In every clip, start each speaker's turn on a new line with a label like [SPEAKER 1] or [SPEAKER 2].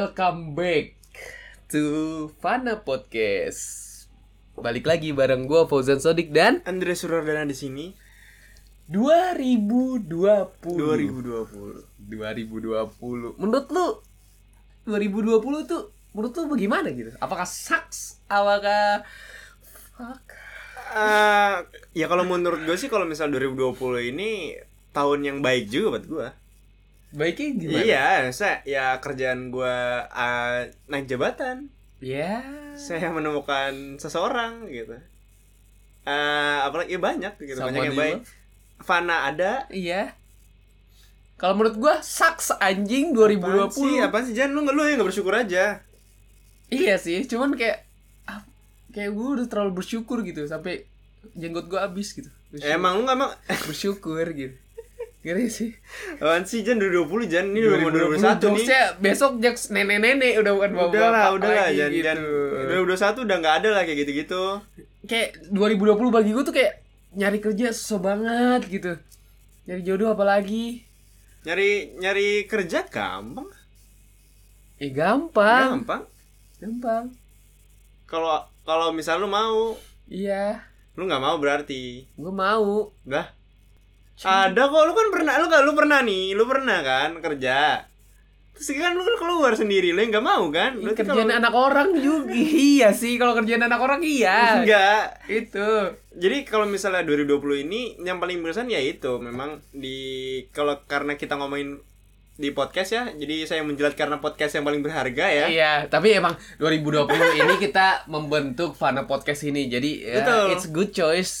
[SPEAKER 1] Welcome back to Fana Podcast. Balik lagi bareng gua Fauzan Sodik dan
[SPEAKER 2] Andre Surdana di sini
[SPEAKER 1] 2020. 2020.
[SPEAKER 2] 2020.
[SPEAKER 1] Menurut lu 2020 tuh menurut lu bagaimana gitu? Apakah sucks? Apakah fuck?
[SPEAKER 2] Eh, ya kalau menurut gue sih kalau misal 2020 ini tahun yang baik juga buat gue.
[SPEAKER 1] Baiknya gimana?
[SPEAKER 2] Iya, saya ya kerjaan gue eh, naik jabatan.
[SPEAKER 1] Ya.
[SPEAKER 2] Saya menemukan seseorang gitu. Eh apalagi ya banyak gitu,
[SPEAKER 1] Someone
[SPEAKER 2] banyak yang
[SPEAKER 1] you
[SPEAKER 2] baik.
[SPEAKER 1] love?
[SPEAKER 2] Fana ada.
[SPEAKER 1] Iya. Kalau menurut gua sucks anjing 2020.
[SPEAKER 2] Apaan sih, apaan sih? Jangan lu nggak lu yang nggak bersyukur aja.
[SPEAKER 1] Iya sih, cuman kayak ah, kayak gue udah terlalu bersyukur gitu sampai jenggot gue habis gitu. Bersyukur,
[SPEAKER 2] Emang lu nggak emang
[SPEAKER 1] bersyukur gitu. Kira sih.
[SPEAKER 2] apaan sih? Jan 2020 Jan ini udah mau 2021 nih.
[SPEAKER 1] Jokesnya besok jokes nenek-nenek udah bukan bapak
[SPEAKER 2] Udah lah, udah lah,
[SPEAKER 1] lagi gitu.
[SPEAKER 2] Jan, Jan. 2021 udah nggak ada lah kayak gitu-gitu.
[SPEAKER 1] Kayak 2020 bagi gue tuh kayak nyari kerja susah banget gitu. Nyari jodoh apalagi?
[SPEAKER 2] nyari nyari kerja gampang
[SPEAKER 1] Eh gampang,
[SPEAKER 2] gampang
[SPEAKER 1] gampang.
[SPEAKER 2] kalau kalau misal lu mau
[SPEAKER 1] Iya,
[SPEAKER 2] lu nggak mau berarti
[SPEAKER 1] gue mau.
[SPEAKER 2] udah ada kok lu kan pernah lu lu pernah nih lu pernah kan kerja terus kan lu kan keluar sendiri lu yang nggak mau kan
[SPEAKER 1] Ini
[SPEAKER 2] Berarti
[SPEAKER 1] kerjaan
[SPEAKER 2] kalau-
[SPEAKER 1] anak orang juga. iya sih, kalau kerjaan anak orang iya.
[SPEAKER 2] enggak
[SPEAKER 1] Itu.
[SPEAKER 2] jadi kalau misalnya 2020 ini yang paling berkesan ya itu memang di kalau karena kita ngomongin di podcast ya jadi saya menjelat karena podcast yang paling berharga ya
[SPEAKER 1] Iya, tapi emang 2020 ini kita membentuk Fana Podcast ini. Jadi ya,
[SPEAKER 2] Betul.
[SPEAKER 1] it's good choice.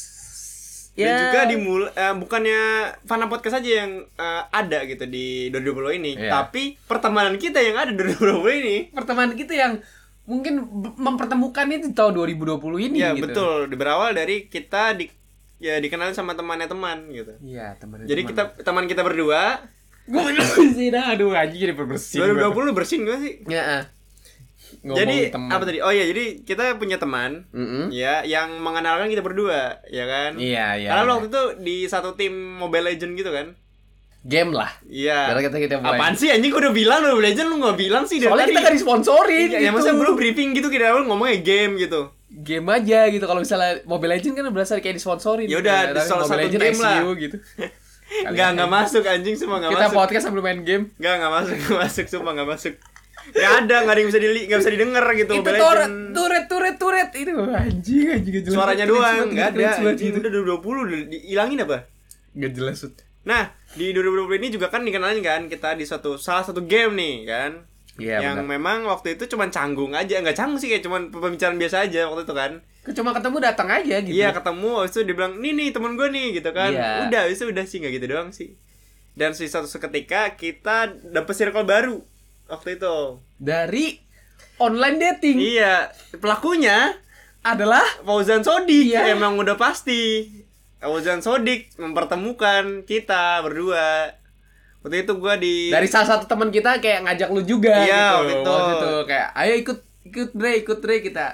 [SPEAKER 1] Ya,
[SPEAKER 2] Dan juga dimulai bukannya Fana Podcast aja yang eh, ada gitu di 2020 ini,
[SPEAKER 1] Iya.
[SPEAKER 2] tapi pertemanan kita yang ada di 2020 ini.
[SPEAKER 1] pertemanan kita yang mungkin b- mempertemukan itu di tahun 2020 ini
[SPEAKER 2] Ya
[SPEAKER 1] gitu.
[SPEAKER 2] betul, di- berawal dari kita di ya dikenalin sama temannya teman gitu.
[SPEAKER 1] Iya, teman
[SPEAKER 2] Jadi kita teman kita berdua
[SPEAKER 1] gue sih dah aduh anjing jadi berbersih.
[SPEAKER 2] 2020 bersin gak sih?
[SPEAKER 1] Ya. ah. Ngomong
[SPEAKER 2] jadi
[SPEAKER 1] teman.
[SPEAKER 2] apa tadi? Oh ya, jadi kita punya teman
[SPEAKER 1] Mm-mm.
[SPEAKER 2] ya yang mengenalkan kita berdua, ya kan?
[SPEAKER 1] Iya, iya.
[SPEAKER 2] Karena lu waktu itu di satu tim Mobile Legend gitu kan?
[SPEAKER 1] game lah.
[SPEAKER 2] Iya.
[SPEAKER 1] Karena kita kita main.
[SPEAKER 2] Apaan sih anjing gua udah bilang lu Legend lu gak bilang sih dari
[SPEAKER 1] Soalnya
[SPEAKER 2] tadi.
[SPEAKER 1] kita gak disponsorin
[SPEAKER 2] Iya, ya
[SPEAKER 1] gitu.
[SPEAKER 2] maksudnya lu briefing gitu kira lu ngomongnya game gitu.
[SPEAKER 1] game aja gitu kalau misalnya Mobile Legends kan berasal kayak disponsorin.
[SPEAKER 2] Ya udah,
[SPEAKER 1] Tapi Mobile
[SPEAKER 2] salah satu
[SPEAKER 1] Legends
[SPEAKER 2] game lah.
[SPEAKER 1] SU gitu.
[SPEAKER 2] Enggak enggak masuk anjing semua enggak
[SPEAKER 1] kita
[SPEAKER 2] masuk.
[SPEAKER 1] podcast sambil main game.
[SPEAKER 2] Enggak enggak masuk, enggak masuk semua enggak masuk. Enggak ada, enggak ada yang bisa dili, enggak bisa didengar gitu.
[SPEAKER 1] itu
[SPEAKER 2] Mobile
[SPEAKER 1] turet,
[SPEAKER 2] Legend.
[SPEAKER 1] turet, turet, turet. Itu anjing, anjing gak jelas.
[SPEAKER 2] Suaranya
[SPEAKER 1] Cringe
[SPEAKER 2] doang,
[SPEAKER 1] banget,
[SPEAKER 2] enggak ada.
[SPEAKER 1] cringe banget
[SPEAKER 2] Anjing
[SPEAKER 1] gitu.
[SPEAKER 2] udah 20 udah dihilangin apa?
[SPEAKER 1] Gak jelas. Sud.
[SPEAKER 2] Nah, di 2020 ini juga kan dikenalin kan kita di suatu salah satu game nih kan.
[SPEAKER 1] Iya,
[SPEAKER 2] yang
[SPEAKER 1] benar.
[SPEAKER 2] memang waktu itu cuman canggung aja, enggak canggung sih kayak cuman pembicaraan biasa aja waktu itu kan.
[SPEAKER 1] Cuma ketemu datang aja gitu.
[SPEAKER 2] Iya ketemu habis itu dia bilang nih nih temen gue nih gitu kan
[SPEAKER 1] Iya.
[SPEAKER 2] udah habis itu udah sih nggak gitu doang sih dan si satu seketika kita dapet circle baru waktu itu
[SPEAKER 1] Dari online dating
[SPEAKER 2] iya pelakunya
[SPEAKER 1] adalah
[SPEAKER 2] Fauzan Sodik
[SPEAKER 1] Iya.
[SPEAKER 2] emang udah pasti Fauzan Sodik mempertemukan kita berdua waktu itu gue di
[SPEAKER 1] dari salah satu teman kita kayak ngajak lu juga
[SPEAKER 2] Iya,
[SPEAKER 1] gitu.
[SPEAKER 2] waktu itu.
[SPEAKER 1] kayak ayo ikut ikut Dre, ikut Dre kita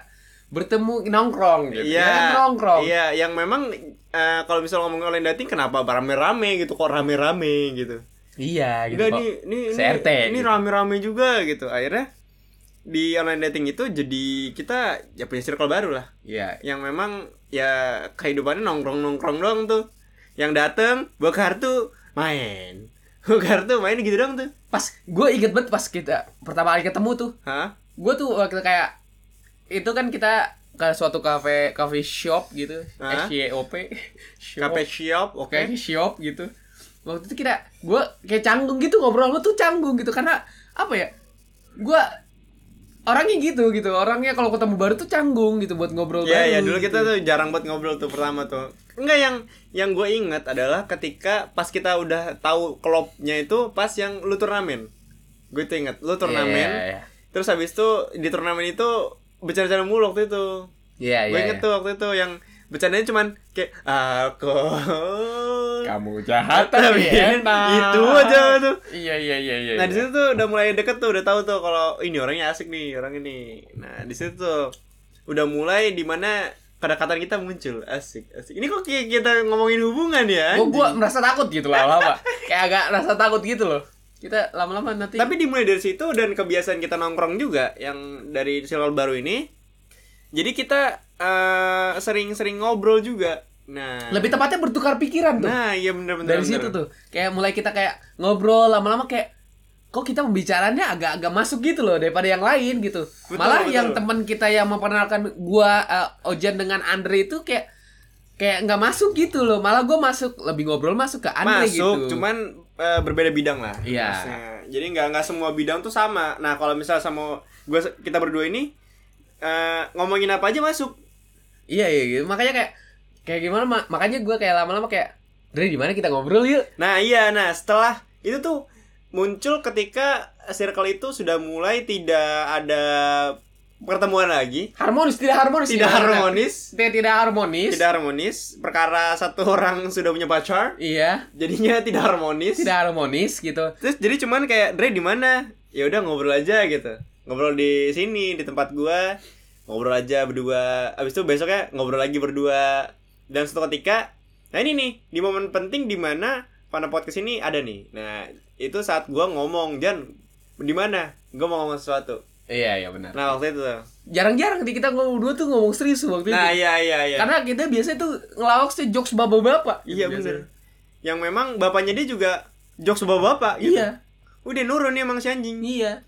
[SPEAKER 1] bertemu nongkrong gitu. Ya kan,
[SPEAKER 2] Iya,
[SPEAKER 1] nongkrong.
[SPEAKER 2] iya, yang memang eh, kalau misalnya ngomongin online dating kenapa rame-rame gitu, kok rame-rame gitu.
[SPEAKER 1] Iya, gitu.
[SPEAKER 2] Enggak
[SPEAKER 1] kok.
[SPEAKER 2] nih, ini ini-
[SPEAKER 1] CRT,
[SPEAKER 2] ini
[SPEAKER 1] gitu.
[SPEAKER 2] rame-rame juga gitu. Akhirnya di online dating itu jadi kita ya punya circle baru lah.
[SPEAKER 1] Iya.
[SPEAKER 2] Yang memang ya kehidupannya nongkrong-nongkrong doang tuh. Yang dateng bawa kartu main. Bawa kartu main gitu doang tuh.
[SPEAKER 1] Pas gue inget banget pas kita pertama kali ketemu tuh
[SPEAKER 2] Hah?
[SPEAKER 1] gue tuh waktu kayak itu kan kita ke suatu cafe coffee shop gitu
[SPEAKER 2] Hah?
[SPEAKER 1] SYOP shop
[SPEAKER 2] Kafe shop, ya? oke.
[SPEAKER 1] Coffee shop gitu waktu itu kita gue kayak canggung gitu ngobrol lu tuh canggung gitu karena apa ya gue orangnya gitu gitu orangnya kalau ketemu baru tuh canggung gitu buat ngobrol
[SPEAKER 2] Ya
[SPEAKER 1] baru
[SPEAKER 2] ya dulu
[SPEAKER 1] gitu.
[SPEAKER 2] kita tuh jarang buat ngobrol tuh pertama tuh. Enggak yang yang gue ingat adalah ketika pas kita udah tahu klopnya itu pas yang lu turnamen. Gue tuh ingat lu turnamen.
[SPEAKER 1] Iya, iya, iya.
[SPEAKER 2] Terus habis itu di turnamen itu bercanda-canda mulu waktu itu.
[SPEAKER 1] Iya,
[SPEAKER 2] Gue
[SPEAKER 1] iya,
[SPEAKER 2] inget
[SPEAKER 1] iya.
[SPEAKER 2] tuh waktu itu yang bercandanya cuman kayak aku
[SPEAKER 1] kamu jahat tapi enak
[SPEAKER 2] Itu aja tuh.
[SPEAKER 1] iya iya iya iya
[SPEAKER 2] Nah di
[SPEAKER 1] iya.
[SPEAKER 2] situ tuh udah mulai deket tuh udah tahu tuh kalau ini orangnya asik nih orang ini. Nah di situ tuh udah mulai dimana kedekatan kita muncul asik asik. Ini kok kayak kita ngomongin hubungan ya?
[SPEAKER 1] Gua-
[SPEAKER 2] anjing?
[SPEAKER 1] gua merasa takut gitu lama-lama kayak agak rasa takut gitu loh Kita lama-lama nanti
[SPEAKER 2] Tapi dimulai dari situ dan kebiasaan kita nongkrong juga yang dari silol baru ini. Jadi kita eh, sering-sering ngobrol juga. Nah,
[SPEAKER 1] lebih tepatnya bertukar pikiran tuh.
[SPEAKER 2] nah iya bener-bener
[SPEAKER 1] dari situ tuh kayak mulai kita kayak ngobrol lama-lama kayak kok kita pembicaranya agak-agak masuk gitu loh daripada yang lain gitu
[SPEAKER 2] Betul,
[SPEAKER 1] malah
[SPEAKER 2] betul.
[SPEAKER 1] yang teman kita yang memperkenalkan gua eh, Ojan dengan Andre itu kayak kayak nggak masuk gitu loh malah gua masuk lebih ngobrol masuk ke Andre
[SPEAKER 2] masuk
[SPEAKER 1] gitu
[SPEAKER 2] cuman eh, berbeda bidang lah
[SPEAKER 1] Iya.
[SPEAKER 2] maksudnya. jadi nggak nggak semua bidang tuh sama nah kalau misal sama gua kita berdua ini eh, ngomongin apa aja masuk
[SPEAKER 1] iya iya gitu makanya kayak kayak gimana ma- makanya gua kayak lama-lama kayak Dre di mana kita ngobrol yuk
[SPEAKER 2] nah iya nah setelah itu tuh muncul ketika circle itu sudah mulai tidak ada pertemuan lagi
[SPEAKER 1] harmonis tidak harmonis
[SPEAKER 2] tidak
[SPEAKER 1] Gimana?
[SPEAKER 2] harmonis
[SPEAKER 1] tidak tidak harmonis
[SPEAKER 2] tidak harmonis perkara satu orang sudah punya pacar
[SPEAKER 1] iya
[SPEAKER 2] jadinya tidak harmonis
[SPEAKER 1] tidak harmonis gitu
[SPEAKER 2] Terus jadi cuman kayak Dre di mana? Ya udah ngobrol aja gitu. Ngobrol di sini di tempat gua. Ngobrol aja berdua. Abis itu besoknya ngobrol lagi berdua. Dan suatu ketika nah ini nih di momen penting di mana Fana Podcast ini ada nih. Nah, itu saat gua ngomong, "Jan, di mana? Gua mau ngomong sesuatu."
[SPEAKER 1] iya iya benar
[SPEAKER 2] Nah, waktu itu tuh.
[SPEAKER 1] jarang-jarang nih kita ngomong dua tuh ngomong serius waktu
[SPEAKER 2] Nah,
[SPEAKER 1] itu.
[SPEAKER 2] iya iya iya.
[SPEAKER 1] Karena kita biasanya tuh ngelawak sih jokes bapak-bapak. gitu
[SPEAKER 2] iya
[SPEAKER 1] biasanya.
[SPEAKER 2] bener. Yang memang bapaknya dia juga jokes bapak-bapak gitu.
[SPEAKER 1] Iya,
[SPEAKER 2] Udah nurun nih emang si anjing.
[SPEAKER 1] iya.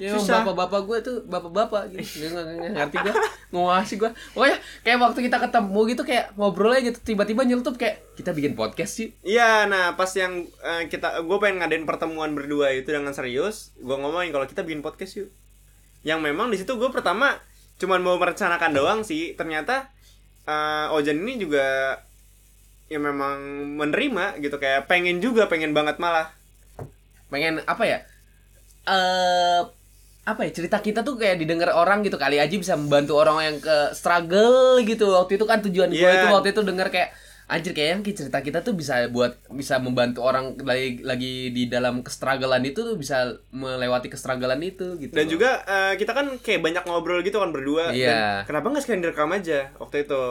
[SPEAKER 1] Ya, emang
[SPEAKER 2] Susah.
[SPEAKER 1] bapak-bapak gue tuh bapak-bapak gitu. Dia nggak- nggak ngerti gue, ngawasi gue. Pokoknya kayak waktu kita ketemu gitu kayak ngobrolnya gitu tiba-tiba nyelutup kayak kita bikin podcast sih.
[SPEAKER 2] Iya, nah pas yang eh, kita, gue pengen ngadain pertemuan berdua itu dengan serius, gue ngomongin kalau kita bikin podcast yuk. Yang memang di situ gue pertama cuman mau merencanakan doang sih, ternyata eh, Ojan ini juga ya memang menerima gitu kayak pengen juga pengen banget malah.
[SPEAKER 1] Pengen apa ya? Eh apa ya cerita kita tuh kayak didengar orang gitu kali aja bisa membantu orang yang ke struggle gitu waktu itu kan tujuan gue
[SPEAKER 2] Iya.
[SPEAKER 1] itu waktu itu denger kayak anjir kayaknya ki- cerita kita tuh bisa buat bisa membantu orang lagi lagi di dalam kestragalan itu tuh bisa melewati kestragalan itu gitu loh.
[SPEAKER 2] Dan juga eh, kita kan kayak banyak ngobrol gitu kan berdua.
[SPEAKER 1] Iya.
[SPEAKER 2] Dan kenapa nggak sekalian direkam aja waktu itu?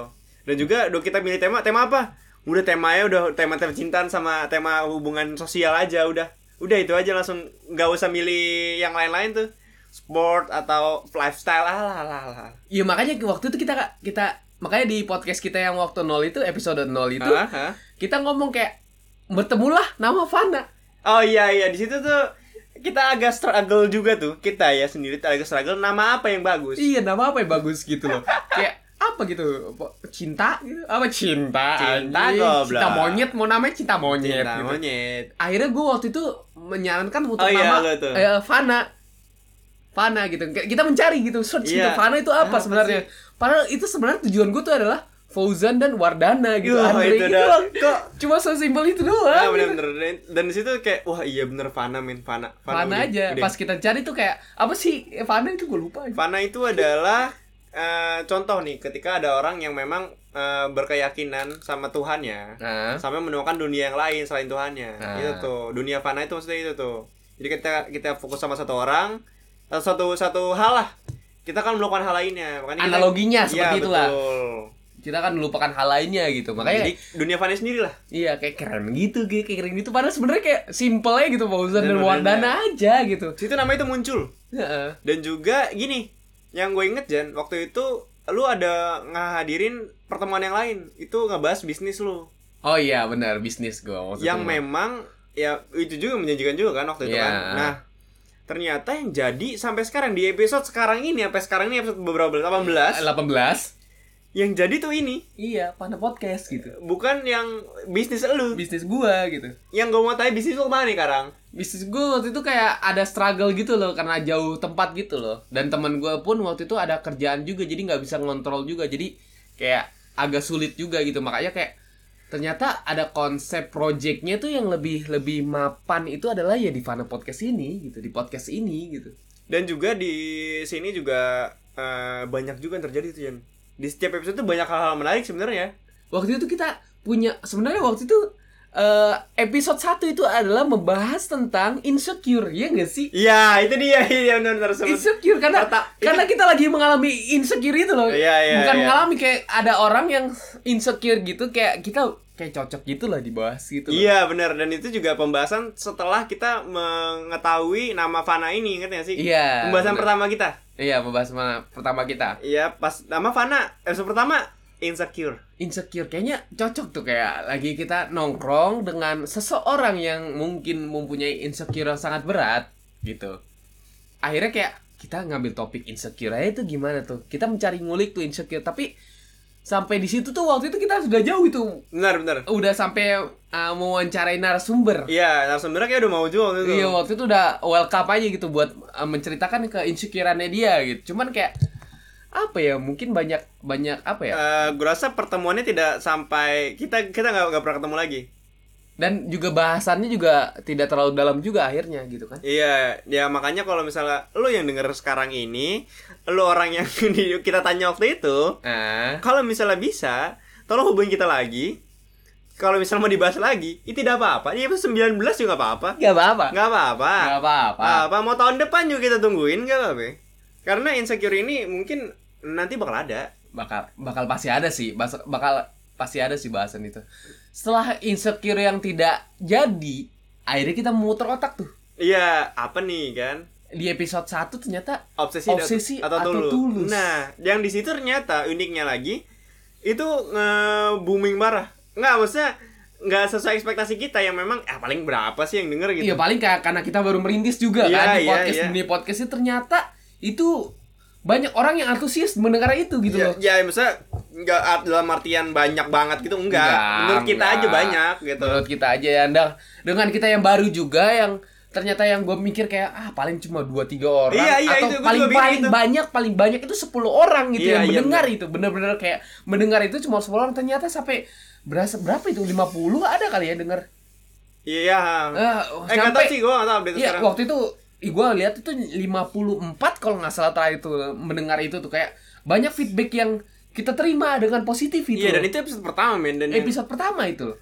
[SPEAKER 2] Dan juga do kita milih tema, tema apa? Udah temanya udah tema percintaan sama tema hubungan sosial aja udah. Udah itu aja langsung nggak usah milih yang lain-lain tuh. Sport atau lifestyle Ah, lah lah lah.
[SPEAKER 1] Iya makanya waktu itu kita kita makanya di podcast kita yang waktu nol itu episode nol itu kita ngomong kayak bertemulah nama Fana
[SPEAKER 2] Oh iya iya di situ tuh kita agak struggle juga tuh kita ya sendiri agak struggle nama apa yang bagus
[SPEAKER 1] Iya nama apa yang bagus gitu loh Kayak apa gitu apa- Cinta gitu Apa cinta
[SPEAKER 2] Cinta,
[SPEAKER 1] anjing?
[SPEAKER 2] goblok.
[SPEAKER 1] Cinta monyet Mau namanya cinta monyet
[SPEAKER 2] Cinta
[SPEAKER 1] gitu.
[SPEAKER 2] monyet
[SPEAKER 1] Akhirnya gue waktu itu Menyarankan untuk
[SPEAKER 2] Oh, iya,
[SPEAKER 1] nama
[SPEAKER 2] lo tuh.
[SPEAKER 1] eh, Fana Fana gitu Kayak Kita mencari gitu Search
[SPEAKER 2] Iya.
[SPEAKER 1] gitu Fana itu apa
[SPEAKER 2] Apa
[SPEAKER 1] sebenarnya Padahal itu sebenarnya tujuan gue tuh adalah Fauzan dan Wardana gitu
[SPEAKER 2] Yuh,
[SPEAKER 1] Andre
[SPEAKER 2] itu
[SPEAKER 1] gitu
[SPEAKER 2] dah.
[SPEAKER 1] doang.
[SPEAKER 2] Kok-
[SPEAKER 1] Cuma sesimpel itu
[SPEAKER 2] Ah,
[SPEAKER 1] doang gitu.
[SPEAKER 2] bener-bener dan, dan di situ kayak wah iya bener Fana min Fana
[SPEAKER 1] Fana
[SPEAKER 2] udah,
[SPEAKER 1] aja
[SPEAKER 2] udah.
[SPEAKER 1] Pas kita cari tuh kayak Apa sih Eh, Fana itu gue lupa
[SPEAKER 2] Fana itu adalah eh, contoh nih ketika ada orang yang memang eh, berkeyakinan sama Tuhannya
[SPEAKER 1] Nah
[SPEAKER 2] sampai menemukan dunia yang lain selain Tuhannya
[SPEAKER 1] Ah.
[SPEAKER 2] itu tuh dunia Fana itu maksudnya itu tuh jadi kita kita fokus sama satu orang atau satu satu hal lah kita kan melakukan hal lainnya makanya kita-
[SPEAKER 1] Analoginya
[SPEAKER 2] Iya,
[SPEAKER 1] seperti itulah.
[SPEAKER 2] betul.
[SPEAKER 1] kita kan melupakan hal lainnya gitu makanya
[SPEAKER 2] jadi dunia Fana sendiri lah
[SPEAKER 1] iya kayak keren gitu kayak kayak keren gitu padahal sebenarnya kayak simple aja gitu Fauzan dan
[SPEAKER 2] Dan
[SPEAKER 1] Wardana aja gitu
[SPEAKER 2] situ nama itu muncul
[SPEAKER 1] Heeh.
[SPEAKER 2] Dan juga gini, yang gue inget Jan, waktu itu lu ada ngahadirin pertemuan yang lain. Itu ngebahas bisnis lu.
[SPEAKER 1] oh iya benar bisnis gue maksudnya
[SPEAKER 2] yang memang ya itu juga menjanjikan juga kan waktu itu kan.
[SPEAKER 1] Iya.
[SPEAKER 2] Nah, ternyata yang jadi sampai sekarang di episode sekarang ini sampai sekarang ini episode beberapa 18
[SPEAKER 1] delapan belas
[SPEAKER 2] yang jadi tuh ini
[SPEAKER 1] iya pada podcast gitu
[SPEAKER 2] bukan yang bisnis lu.
[SPEAKER 1] bisnis gue gitu
[SPEAKER 2] Yang gue mau tanya bisnis lu mana nih sekarang?
[SPEAKER 1] bisnis gue waktu itu kayak ada struggle gitu loh karena jauh tempat gitu loh dan teman gue pun waktu itu ada kerjaan juga jadi nggak bisa ngontrol juga jadi kayak agak sulit juga gitu makanya kayak ternyata ada konsep projectnya tuh yang lebih lebih mapan itu adalah ya di Fana Podcast ini gitu di podcast ini gitu
[SPEAKER 2] Dan juga di sini juga eh, banyak juga yang terjadi tuh Jan. Di setiap episode tuh banyak hal-hal menarik sebenarnya.
[SPEAKER 1] waktu itu kita punya sebenarnya waktu itu eh, eh, episode 1 itu adalah membahas tentang insecure, ya nggak sih?
[SPEAKER 2] Iya, itu dia, iya benar tersebut.
[SPEAKER 1] Insecure karena
[SPEAKER 2] Kata-
[SPEAKER 1] karena kita lagi mengalami insecure itu loh.
[SPEAKER 2] Iya, iya,
[SPEAKER 1] Bukan
[SPEAKER 2] iya.
[SPEAKER 1] mengalami kayak ada orang yang insecure gitu kayak kita kayak cocok gitu lah dibahas gitu loh.
[SPEAKER 2] Iya, benar dan itu juga pembahasan setelah kita mengetahui nama Fana ini, ingat nggak sih?
[SPEAKER 1] Iya,
[SPEAKER 2] Pembahasan
[SPEAKER 1] benar.
[SPEAKER 2] pertama kita.
[SPEAKER 1] Iya, membahas mana pertama kita.
[SPEAKER 2] Iya, pas nama Fana episode pertama insecure.
[SPEAKER 1] Insecure kayaknya cocok tuh kayak lagi kita nongkrong dengan seseorang yang mungkin mempunyai insecure yang sangat berat gitu. Akhirnya kayak kita ngambil topik insecure aja itu gimana tuh. Kita mencari ngulik tuh insecure tapi sampai di situ tuh waktu itu kita sudah jauh itu
[SPEAKER 2] Benar, benar.
[SPEAKER 1] udah sampai uh, mewawancarai narasumber.
[SPEAKER 2] Iya, narasumbernya kayak udah mau gitu. juga waktu itu.
[SPEAKER 1] Iya waktu itu udah welcome aja gitu buat uh, menceritakan ke insecureannya dia gitu. Cuman kayak apa ya mungkin banyak banyak apa ya
[SPEAKER 2] Eh, gue rasa pertemuannya tidak sampai kita kita nggak nggak pernah ketemu lagi.
[SPEAKER 1] dan juga bahasannya juga tidak terlalu dalam juga akhirnya gitu kan.
[SPEAKER 2] Iya, ya makanya kalau misalnya lu yang denger sekarang ini, lu orang yang di- kita tanya waktu itu,
[SPEAKER 1] Ah,
[SPEAKER 2] kalau misalnya bisa, tolong hubungi kita lagi. Kalau misalnya mau dibahas lagi, itu tidak apa-apa. Ya episode 19 juga nggak apa-apa.
[SPEAKER 1] nggak apa-apa.
[SPEAKER 2] Nggak Ah. apa-apa.
[SPEAKER 1] Nggak apa-apa.
[SPEAKER 2] Apa mau tahun depan juga kita tungguin nggak apa-apa. Karena insecure ini mungkin nanti bakal ada.
[SPEAKER 1] Bakal bakal pasti ada sih. bas- Bakal pasti ada sih bahasan itu. Setelah insecure yang tidak jadi, akhirnya kita muter otak tuh.
[SPEAKER 2] Iya, apa nih kan?
[SPEAKER 1] Di episode 1 ternyata
[SPEAKER 2] obsesi,
[SPEAKER 1] Obsesi
[SPEAKER 2] atau,
[SPEAKER 1] atau
[SPEAKER 2] tulus.
[SPEAKER 1] tulus.
[SPEAKER 2] Nah, yang di situ ternyata uniknya lagi itu nge booming parah. Nggak, maksudnya nggak sesuai ekspektasi kita yang memang ah, paling berapa sih yang denger gitu.
[SPEAKER 1] Iya paling kayak karena kita baru merintis juga
[SPEAKER 2] Iya,
[SPEAKER 1] kan di
[SPEAKER 2] iya,
[SPEAKER 1] podcast
[SPEAKER 2] iya.
[SPEAKER 1] dunia podcast itu ternyata itu banyak orang yang antusias mendengar itu gitu
[SPEAKER 2] Ya,
[SPEAKER 1] loh.
[SPEAKER 2] ya maksudnya nggak art- dalam artian banyak banget gitu enggak. Menurut kita
[SPEAKER 1] enggak.
[SPEAKER 2] aja banyak gitu.
[SPEAKER 1] Menurut kita aja ya Andang. Dengan kita yang baru juga yang ternyata yang gue mikir kayak ah paling cuma 2 3 orang
[SPEAKER 2] Iya, iya,
[SPEAKER 1] atau
[SPEAKER 2] itu gua
[SPEAKER 1] paling
[SPEAKER 2] juga mikir
[SPEAKER 1] paling
[SPEAKER 2] gitu.
[SPEAKER 1] banyak paling banyak itu 10 orang gitu
[SPEAKER 2] Iya,
[SPEAKER 1] yang
[SPEAKER 2] iya,
[SPEAKER 1] mendengar itu. Bener-bener kayak mendengar itu cuma 10 orang ternyata sampai berasa berapa itu 50 ada kali ya denger.
[SPEAKER 2] Iya.
[SPEAKER 1] Eh,
[SPEAKER 2] eh nggak tahu sih gue nggak tahu update
[SPEAKER 1] Iya,
[SPEAKER 2] sekarang.
[SPEAKER 1] waktu itu gue lihat itu 54 kalau nggak salah terakhir itu mendengar itu tuh kayak banyak feedback yang kita terima dengan positif itu.
[SPEAKER 2] Iya dan itu episode pertama men dan yang-
[SPEAKER 1] episode pertama itu.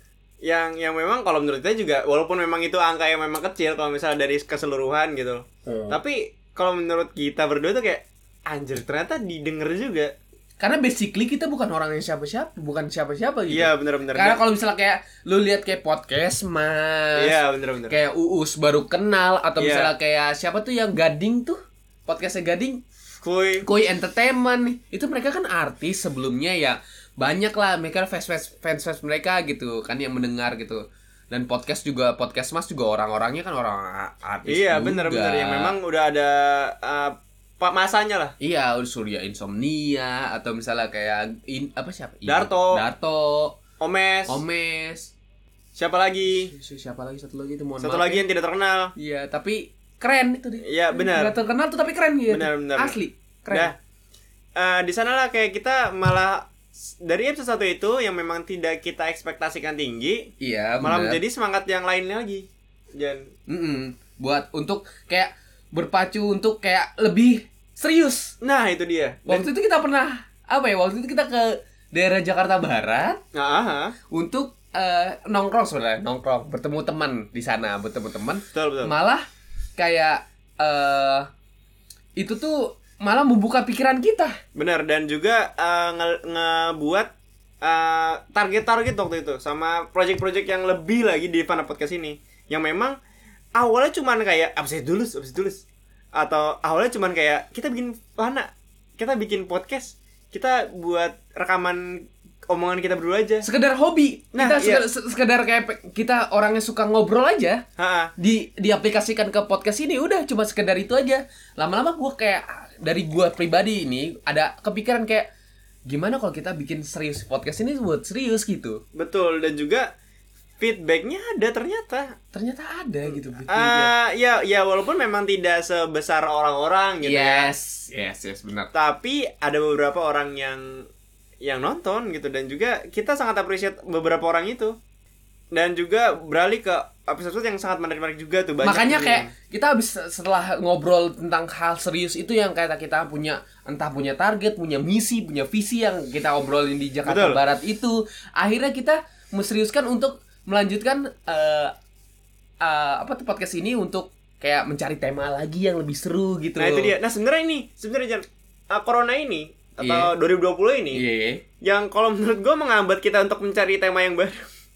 [SPEAKER 2] yang yang memang kalau menurut kita juga walaupun memang itu angka yang memang kecil kalau misalnya dari keseluruhan gitu loh.
[SPEAKER 1] Hmm.
[SPEAKER 2] Tapi kalau menurut kita berdua tuh kayak anjir ternyata didengar juga.
[SPEAKER 1] Karena basically kita bukan orang yang siapa-siapa, bukan siapa-siapa gitu.
[SPEAKER 2] Iya bener-bener
[SPEAKER 1] Karena kalau misalnya kayak lu lihat kayak podcast Mas,
[SPEAKER 2] Iya bener-bener
[SPEAKER 1] kayak Uus baru kenal atau
[SPEAKER 2] Iya.
[SPEAKER 1] misalnya kayak siapa tuh yang Gading tuh, podcastnya Gading,
[SPEAKER 2] Kuy
[SPEAKER 1] Koi Entertainment nih. itu mereka kan artis sebelumnya ya banyak lah mereka fans fans fans fans mereka gitu kan yang mendengar gitu dan podcast juga podcast mas juga orang-orangnya kan orang a- artis juga.
[SPEAKER 2] Iya bener-bener yang memang udah ada eh, pa- masanya lah
[SPEAKER 1] iya Surya Insomnia atau misalnya kayak in, apa siapa Ini-
[SPEAKER 2] Darto.
[SPEAKER 1] Darto
[SPEAKER 2] Omes
[SPEAKER 1] Omes
[SPEAKER 2] Siapa lagi
[SPEAKER 1] Si- siapa lagi satu lagi itu mohon
[SPEAKER 2] Satu
[SPEAKER 1] maaf
[SPEAKER 2] lagi yang tidak terkenal
[SPEAKER 1] iya tapi keren itu deh
[SPEAKER 2] Iya, benar.
[SPEAKER 1] Nggak terkenal tuh tapi keren gitu
[SPEAKER 2] Benar, benar.
[SPEAKER 1] asli keren
[SPEAKER 2] Nah, eh, di sanalah kayak kita malah s- dari episode satu itu yang memang tidak kita ekspektasikan tinggi
[SPEAKER 1] iya
[SPEAKER 2] malah
[SPEAKER 1] benar.
[SPEAKER 2] menjadi semangat yang lainnya lagi dan
[SPEAKER 1] Mm-mm. buat untuk kayak berpacu untuk kayak lebih serius.
[SPEAKER 2] nah itu dia Dan-
[SPEAKER 1] Waktu itu kita pernah apa ya? Waktu itu kita ke daerah Jakarta Barat
[SPEAKER 2] Nah, aha.
[SPEAKER 1] untuk eh, nongkrong sebenarnya, nongkrong, bertemu teman di sana, bertemu teman.
[SPEAKER 2] betul betul
[SPEAKER 1] Malah kayak eh itu tuh malah membuka pikiran kita.
[SPEAKER 2] benar dan juga eh, nge- ngebuat eh, target-target waktu itu sama project-project yang lebih lagi di Fana Podcast ini yang memang awalnya cuman kayak abis dulu abis dulu atau awalnya cuman kayak kita bikin Fana kita bikin podcast kita buat rekaman omongan kita berdua aja
[SPEAKER 1] Sekedar hobi.
[SPEAKER 2] Nah,
[SPEAKER 1] kita
[SPEAKER 2] iya.
[SPEAKER 1] sekedar, sekedar kayak pe- kita orangnya suka ngobrol aja.
[SPEAKER 2] Ha-ha.
[SPEAKER 1] di diaplikasikan ke podcast ini udah cuma sekedar itu aja lama-lama gue kayak dari gue pribadi ini ada kepikiran kayak gimana kalau kita bikin serius podcast ini buat serius gitu
[SPEAKER 2] betul dan juga feedbacknya ada ternyata
[SPEAKER 1] ternyata ada gitu
[SPEAKER 2] Ah, ya ya walaupun memang tidak sebesar orang-orang gitu ya.
[SPEAKER 1] yes yes yes benar
[SPEAKER 2] tapi ada beberapa orang yang yang nonton gitu dan juga kita sangat appreciate beberapa orang itu dan juga beralih ke episode yang sangat menarik-menarik juga tuh banyak gitu.
[SPEAKER 1] makanya
[SPEAKER 2] yang-
[SPEAKER 1] kayak kita habis setelah ngobrol tentang hal serius itu yang kayak kita punya entah punya target punya misi punya visi yang kita obrolin di Jakarta
[SPEAKER 2] Betul.
[SPEAKER 1] Barat itu akhirnya kita meseriuskan untuk melanjutkan eh eh, apa tuh podcast ini untuk kayak mencari tema lagi yang lebih seru gitu.
[SPEAKER 2] Nah itu dia. Nah sebenarnya ini, sebenarnya Jan, uh, corona ini atau 2020 ini,
[SPEAKER 1] Iya.
[SPEAKER 2] yang kalau menurut gue menghambat kita untuk mencari tema yang baru.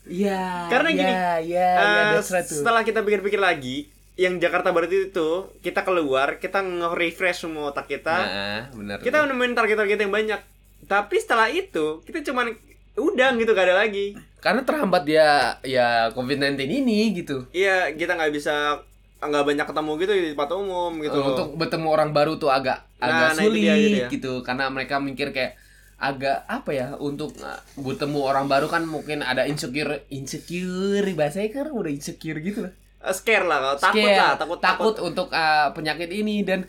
[SPEAKER 1] Iya.
[SPEAKER 2] Karena gini,
[SPEAKER 1] Iya, iya, iya,
[SPEAKER 2] Uh,
[SPEAKER 1] that's right tuh.
[SPEAKER 2] setelah kita pikir-pikir lagi, yang Jakarta Barat itu kita keluar, kita nge-refresh semua otak kita,
[SPEAKER 1] Nah, benar.
[SPEAKER 2] kita nemuin target-target yang banyak. Tapi setelah itu kita cuman udang gitu gak ada lagi.
[SPEAKER 1] karena terhambat ya ya COVID-19 ini gitu.
[SPEAKER 2] Iya kita nggak bisa nggak banyak ketemu gitu di tempat umum gitu.
[SPEAKER 1] Eh,
[SPEAKER 2] loh.
[SPEAKER 1] Untuk bertemu orang baru tuh agak
[SPEAKER 2] Nah,
[SPEAKER 1] agak
[SPEAKER 2] nah, itu
[SPEAKER 1] sulit
[SPEAKER 2] dia, itu dia.
[SPEAKER 1] gitu karena mereka mikir kayak agak apa ya untuk eh, bertemu orang baru kan mungkin ada insecure insecure bahasanya kan udah insecure gitu lah.
[SPEAKER 2] Uh, scare lah, kalau takut
[SPEAKER 1] Scare,
[SPEAKER 2] lah, takut takut.
[SPEAKER 1] untuk eh, penyakit ini dan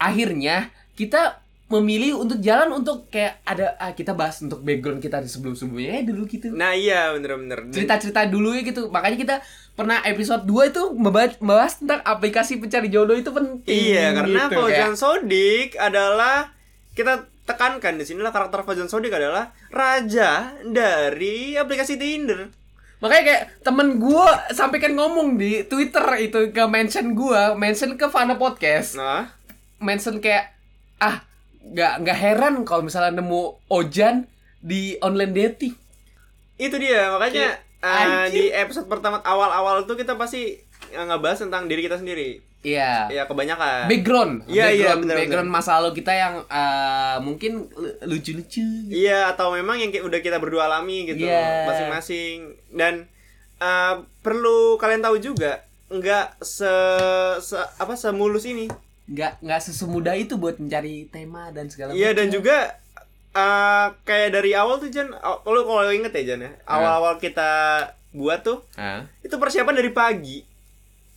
[SPEAKER 1] akhirnya kita memilih untuk jalan untuk kayak ada ah, kita bahas untuk background kita di sebelum-sebelumnya eh, dulu gitu.
[SPEAKER 2] Nah iya bener-bener. Dan-
[SPEAKER 1] cerita-cerita dulu ya gitu makanya kita pernah episode 2 itu membahas, membahas tentang aplikasi pencari jodoh itu penting
[SPEAKER 2] Iya, karena
[SPEAKER 1] gitu,
[SPEAKER 2] Fauzan
[SPEAKER 1] kayak-
[SPEAKER 2] Sodik adalah kita tekankan di sinilah karakter Fauzan Sodik adalah raja dari aplikasi Tinder.
[SPEAKER 1] makanya kayak temen gue sampai kan ngomong di twitter itu ke mention gue mention ke Fana podcast
[SPEAKER 2] Nah,
[SPEAKER 1] mention kayak ah nggak nggak heran kalau misalnya nemu Ojan di online dating
[SPEAKER 2] itu dia makanya eh,
[SPEAKER 1] Anjir.
[SPEAKER 2] di episode pertama awal-awal tuh kita pasti eh, ngebahas tentang diri kita sendiri.
[SPEAKER 1] iya
[SPEAKER 2] Ya kebanyakan.
[SPEAKER 1] background
[SPEAKER 2] Iya, iya,
[SPEAKER 1] background,
[SPEAKER 2] bener,
[SPEAKER 1] background masa lalu kita yang eh, mungkin lucu-lucu gitu.
[SPEAKER 2] Iya atau memang yang ki- udah kita berdua alami gitu
[SPEAKER 1] Iya.
[SPEAKER 2] masing-masing dan eh, perlu kalian tahu juga nggak se, se- apa semulus ini
[SPEAKER 1] nggak nggak sesemudah itu buat mencari tema dan segala
[SPEAKER 2] Iya dan
[SPEAKER 1] macam.
[SPEAKER 2] juga eh, kayak dari awal tuh Jan, aw- lu kalau inget ya Jan ya, awal-awal kita buat tuh
[SPEAKER 1] Ah.
[SPEAKER 2] itu persiapan dari pagi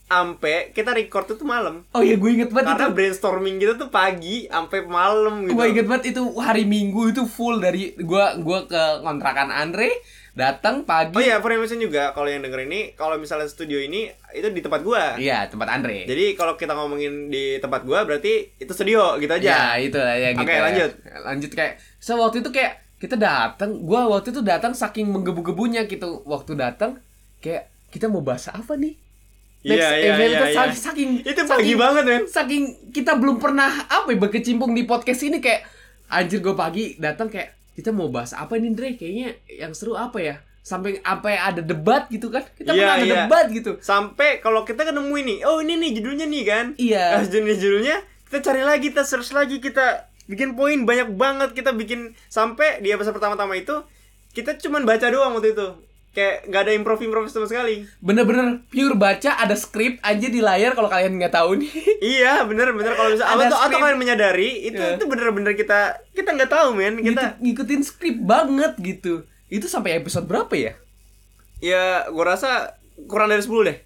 [SPEAKER 2] ampe kita record tuh, tuh malam.
[SPEAKER 1] Oh iya gue inget banget
[SPEAKER 2] Karena
[SPEAKER 1] itu
[SPEAKER 2] brainstorming gitu tuh pagi ampe malam gitu.
[SPEAKER 1] Gue inget banget itu hari Minggu itu full dari gua gua ke kontrakan Andre datang pagi.
[SPEAKER 2] Oh iya, for information juga kalau yang denger ini, kalau misalnya studio ini itu di tempat gua.
[SPEAKER 1] Iya, tempat Andre.
[SPEAKER 2] Jadi kalau kita ngomongin di tempat gua berarti itu studio gitu aja.
[SPEAKER 1] Ya, itu lah ya gitu.
[SPEAKER 2] Oke, lanjut.
[SPEAKER 1] Lanjut kayak so waktu itu kayak kita datang, gua waktu itu datang saking menggebu-gebunya gitu. Waktu datang kayak kita mau bahas apa nih?
[SPEAKER 2] Iya,
[SPEAKER 1] Next
[SPEAKER 2] iya,
[SPEAKER 1] event
[SPEAKER 2] iya,
[SPEAKER 1] tuh
[SPEAKER 2] iya.
[SPEAKER 1] saking- saking
[SPEAKER 2] Itu pagi
[SPEAKER 1] saking-
[SPEAKER 2] banget, men.
[SPEAKER 1] Saking kita belum pernah apa ya berkecimpung di podcast ini kayak anjir gue pagi datang kayak kita mau bahas apa nih Dre kayaknya yang seru apa ya sampai apa ya ada debat gitu kan kita
[SPEAKER 2] Iya,
[SPEAKER 1] pernah ada
[SPEAKER 2] iya.
[SPEAKER 1] debat gitu
[SPEAKER 2] Sampai kalau kita ketemu ini, oh ini nih judulnya nih kan.
[SPEAKER 1] Iya.
[SPEAKER 2] Nah, jenis judulnya kita cari lagi, kita search lagi, kita bikin poin banyak banget kita bikin sampai di episode pertama-tama itu kita cuman baca doang waktu itu. Kayak nggak ada improv improv sama sekali.
[SPEAKER 1] bener-bener pure baca ada skrip aja di layar kalau kalian nggak tahu nih
[SPEAKER 2] iya, bener-bener kalau bisa
[SPEAKER 1] Ada
[SPEAKER 2] atau, atau
[SPEAKER 1] script.
[SPEAKER 2] kalian kan menyadari itu
[SPEAKER 1] Iya.
[SPEAKER 2] itu bener-bener kita kita nggak tahu men kita
[SPEAKER 1] Ngikut- ngikutin skrip banget gitu itu sampai episode berapa ya
[SPEAKER 2] ya gua rasa kurang dari 10 deh.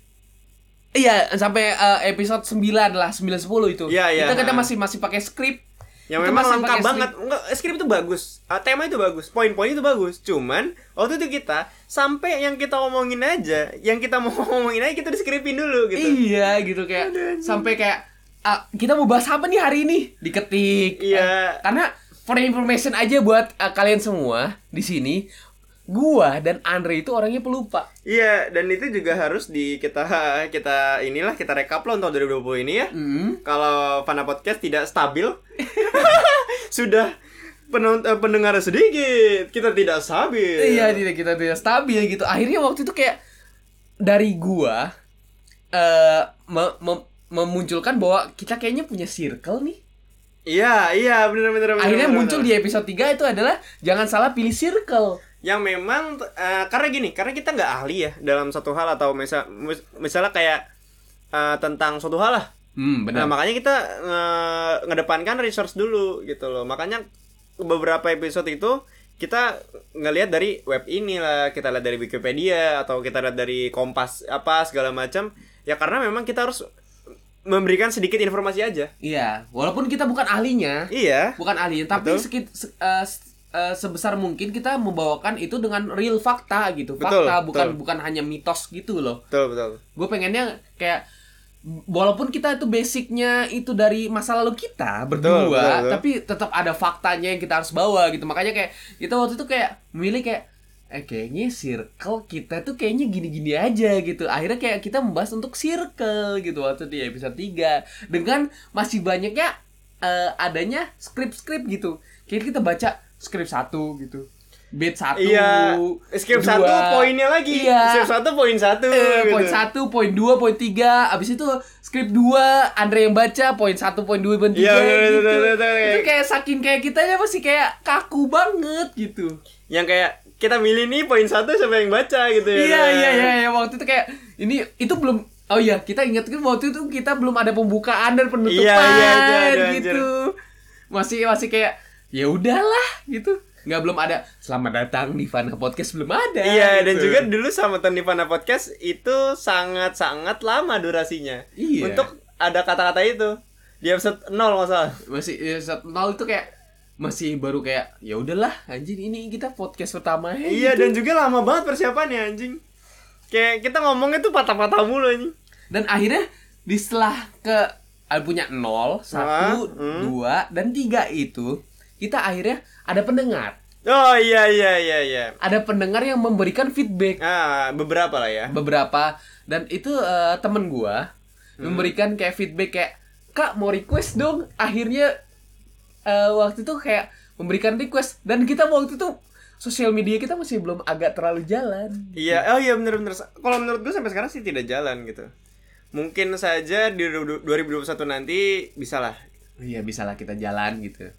[SPEAKER 1] Iya, sampai eh, episode 9 lah, 9 10 itu.
[SPEAKER 2] Iya, iya.
[SPEAKER 1] Kita kita
[SPEAKER 2] Nah.
[SPEAKER 1] masih masih pakai skrip.
[SPEAKER 2] Yang
[SPEAKER 1] Itu
[SPEAKER 2] memang
[SPEAKER 1] masih
[SPEAKER 2] lengkap
[SPEAKER 1] pakai skrip.
[SPEAKER 2] banget. Enggak, skrip itu bagus. Ah, tema itu bagus. Poin-poin itu bagus. Cuman waktu itu kita sampai yang kita omongin aja, yang kita mau ngomongin aja kita diskripin dulu gitu.
[SPEAKER 1] Iya, gitu kayak sampai kayak ah, kita mau bahas apa nih hari ini? Diketik.
[SPEAKER 2] Iya.
[SPEAKER 1] Eh, karena for information aja buat eh, kalian semua di sini, gua dan Andre itu orangnya pelupa.
[SPEAKER 2] Iya, dan itu juga harus di kita kita inilah kita rekap loh untuk 2020 ini ya.
[SPEAKER 1] Mm.
[SPEAKER 2] Kalau Fana Podcast tidak stabil sudah penon- eh, pendengar sedikit, kita tidak stabil.
[SPEAKER 1] Iya, tidak kita tidak stabil gitu. Akhirnya waktu itu kayak dari gua eh me- me- memunculkan bahwa kita kayaknya punya circle nih.
[SPEAKER 2] Iya, iya benar benar benar.
[SPEAKER 1] Akhirnya
[SPEAKER 2] benar,
[SPEAKER 1] muncul di
[SPEAKER 2] benar.
[SPEAKER 1] episode 3 itu adalah jangan salah pilih circle.
[SPEAKER 2] yang memang eh, karena gini karena kita nggak ahli ya dalam satu hal atau misal mis- misalnya kayak eh, tentang suatu hal lah
[SPEAKER 1] Hmm,
[SPEAKER 2] nah makanya kita eh, ngedepankan resource dulu gitu loh makanya beberapa episode itu kita ngelihat dari web inilah kita lihat dari Wikipedia atau kita lihat dari Kompas apa segala macam ya karena memang kita harus memberikan sedikit informasi aja
[SPEAKER 1] Iya, walaupun kita bukan ahlinya,
[SPEAKER 2] iya
[SPEAKER 1] bukan ahlinya, tapi
[SPEAKER 2] Betul.
[SPEAKER 1] sekit- se- eh, s- eh, sebesar mungkin kita membawakan itu dengan real fakta gitu.
[SPEAKER 2] Betul,
[SPEAKER 1] Fakta bukan
[SPEAKER 2] betul.
[SPEAKER 1] bukan hanya mitos gitu loh.
[SPEAKER 2] betul betul
[SPEAKER 1] Gue pengennya kayak walaupun kita itu basicnya itu dari masa lalu kita berdua,
[SPEAKER 2] betul, betul.
[SPEAKER 1] tapi tetap ada faktanya yang kita harus bawa gitu. Makanya kayak kita waktu itu kayak milih kayak eh kayaknya circle kita tuh kayaknya gini-gini aja gitu akhirnya kayak kita membahas untuk circle gitu waktu di episode 3 dengan masih banyaknya eh, adanya skrip-skrip gitu kayak kita baca skrip satu gitu beat satu
[SPEAKER 2] Iya, skip
[SPEAKER 1] dua.
[SPEAKER 2] satu poinnya lagi.
[SPEAKER 1] Iya.
[SPEAKER 2] Skip satu poin satu.
[SPEAKER 1] Eh,
[SPEAKER 2] gitu.
[SPEAKER 1] poin satu, poin dua, poin tiga, abis itu skrip dua, Andre yang baca, poin satu, poin dua, poin tiga,
[SPEAKER 2] Iya, bener,
[SPEAKER 1] gitu.
[SPEAKER 2] bener, bener, bener.
[SPEAKER 1] Itu kayak saking kayak kitanya masih kayak kaku banget gitu.
[SPEAKER 2] Yang kayak kita milih nih poin satu siapa yang baca gitu ya.
[SPEAKER 1] Iya
[SPEAKER 2] kan?
[SPEAKER 1] iya iya iya waktu itu kayak ini itu belum oh iya kita ingat kan waktu itu kita belum ada pembukaan dan penutupan
[SPEAKER 2] Iya, iya, iya, iya,
[SPEAKER 1] gitu. Masih masih kayak ya udahlah gitu. Nggak belum ada selamat datang di Fana Podcast belum ada.
[SPEAKER 2] Iya, dan
[SPEAKER 1] gitu.
[SPEAKER 2] juga dulu Samatan Nirvana Podcast itu sangat-sangat lama durasinya.
[SPEAKER 1] Iya.
[SPEAKER 2] Untuk ada kata-kata itu di episode 0 masalah.
[SPEAKER 1] masih ya, saat nol itu kayak masih baru kayak ya udahlah anjing ini kita podcast pertama ya,
[SPEAKER 2] Iya,
[SPEAKER 1] gitu.
[SPEAKER 2] dan juga lama banget persiapannya anjing. Kayak kita ngomongnya tuh patah-patah mulu anjing.
[SPEAKER 1] dan akhirnya di setelah ke ah, punya nol satu
[SPEAKER 2] hmm.
[SPEAKER 1] dua dan tiga itu kita akhirnya ada pendengar
[SPEAKER 2] Oh iya iya iya iya.
[SPEAKER 1] ada pendengar yang memberikan feedback
[SPEAKER 2] Ah, beberapa lah ya.
[SPEAKER 1] beberapa dan itu eh, temen gua
[SPEAKER 2] Hmm.
[SPEAKER 1] memberikan kayak feedback kayak kak mau request dong akhirnya eh, waktu itu kayak memberikan request dan kita waktu itu sosial media kita masih belum agak terlalu jalan
[SPEAKER 2] Iya, oh iya bener-bener. Kalau menurut gue sampai sekarang sih tidak jalan gitu. Mungkin saja di du- 2021 nanti bisa lah.
[SPEAKER 1] iya bisalah kita jalan gitu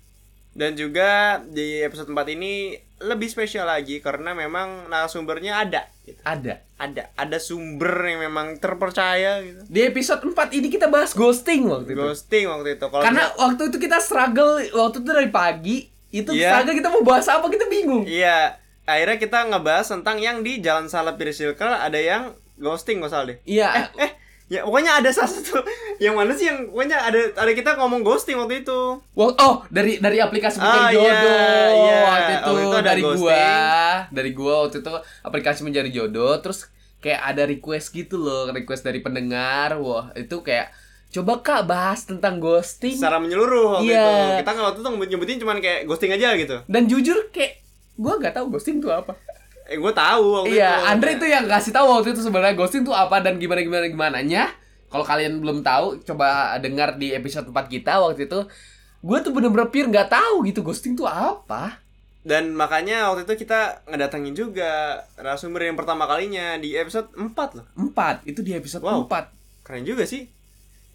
[SPEAKER 2] Dan juga di episode 4 ini lebih spesial lagi karena memang narasumbernya ada gitu.
[SPEAKER 1] ada
[SPEAKER 2] Ada ada sumber yang memang terpercaya gitu.
[SPEAKER 1] di episode 4 ini kita bahas ghosting waktu itu
[SPEAKER 2] Ghosting waktu itu. Kalau
[SPEAKER 1] karena waktu itu kita struggle waktu itu dari pagi itu
[SPEAKER 2] Iya.
[SPEAKER 1] struggle kita mau bahas apa kita bingung
[SPEAKER 2] iya, akhirnya kita ngebahas tentang yang di Jalan Salapir Circle ada yang ghosting gak salah deh.
[SPEAKER 1] iya
[SPEAKER 2] Eh, ya pokoknya ada salah satu yang mana sih yang pokoknya ada ada kita ngomong ghosting waktu itu.
[SPEAKER 1] Wow, oh dari dari aplikasi mencari
[SPEAKER 2] Ah, iya,
[SPEAKER 1] jodoh
[SPEAKER 2] iya.
[SPEAKER 1] waktu itu,
[SPEAKER 2] Waktu itu ada
[SPEAKER 1] dari
[SPEAKER 2] ghosting.
[SPEAKER 1] gua dari gua waktu itu aplikasi mencari jodoh terus kayak ada request gitu loh request dari pendengar wah itu kayak coba kak bahas tentang ghosting
[SPEAKER 2] secara menyeluruh waktu
[SPEAKER 1] Iya.
[SPEAKER 2] itu kita waktu itu nyebutin cuman kayak ghosting aja gitu
[SPEAKER 1] dan jujur kayak gua nggak tahu ghosting itu apa
[SPEAKER 2] eh gue tahu waktu itu
[SPEAKER 1] iya Andre itu yang kasih tahu waktu itu sebenarnya ghosting itu apa dan gimana gimana gimana nya kalau kalian belum tahu coba dengar di episode 4 kita waktu itu gua tuh bener-bener pure nggak tahu gitu ghosting itu apa
[SPEAKER 2] dan makanya waktu itu kita ngedatangin juga narasumber yang pertama kalinya di episode 4 loh
[SPEAKER 1] empat itu di episode
[SPEAKER 2] Wow.
[SPEAKER 1] empat
[SPEAKER 2] keren juga sih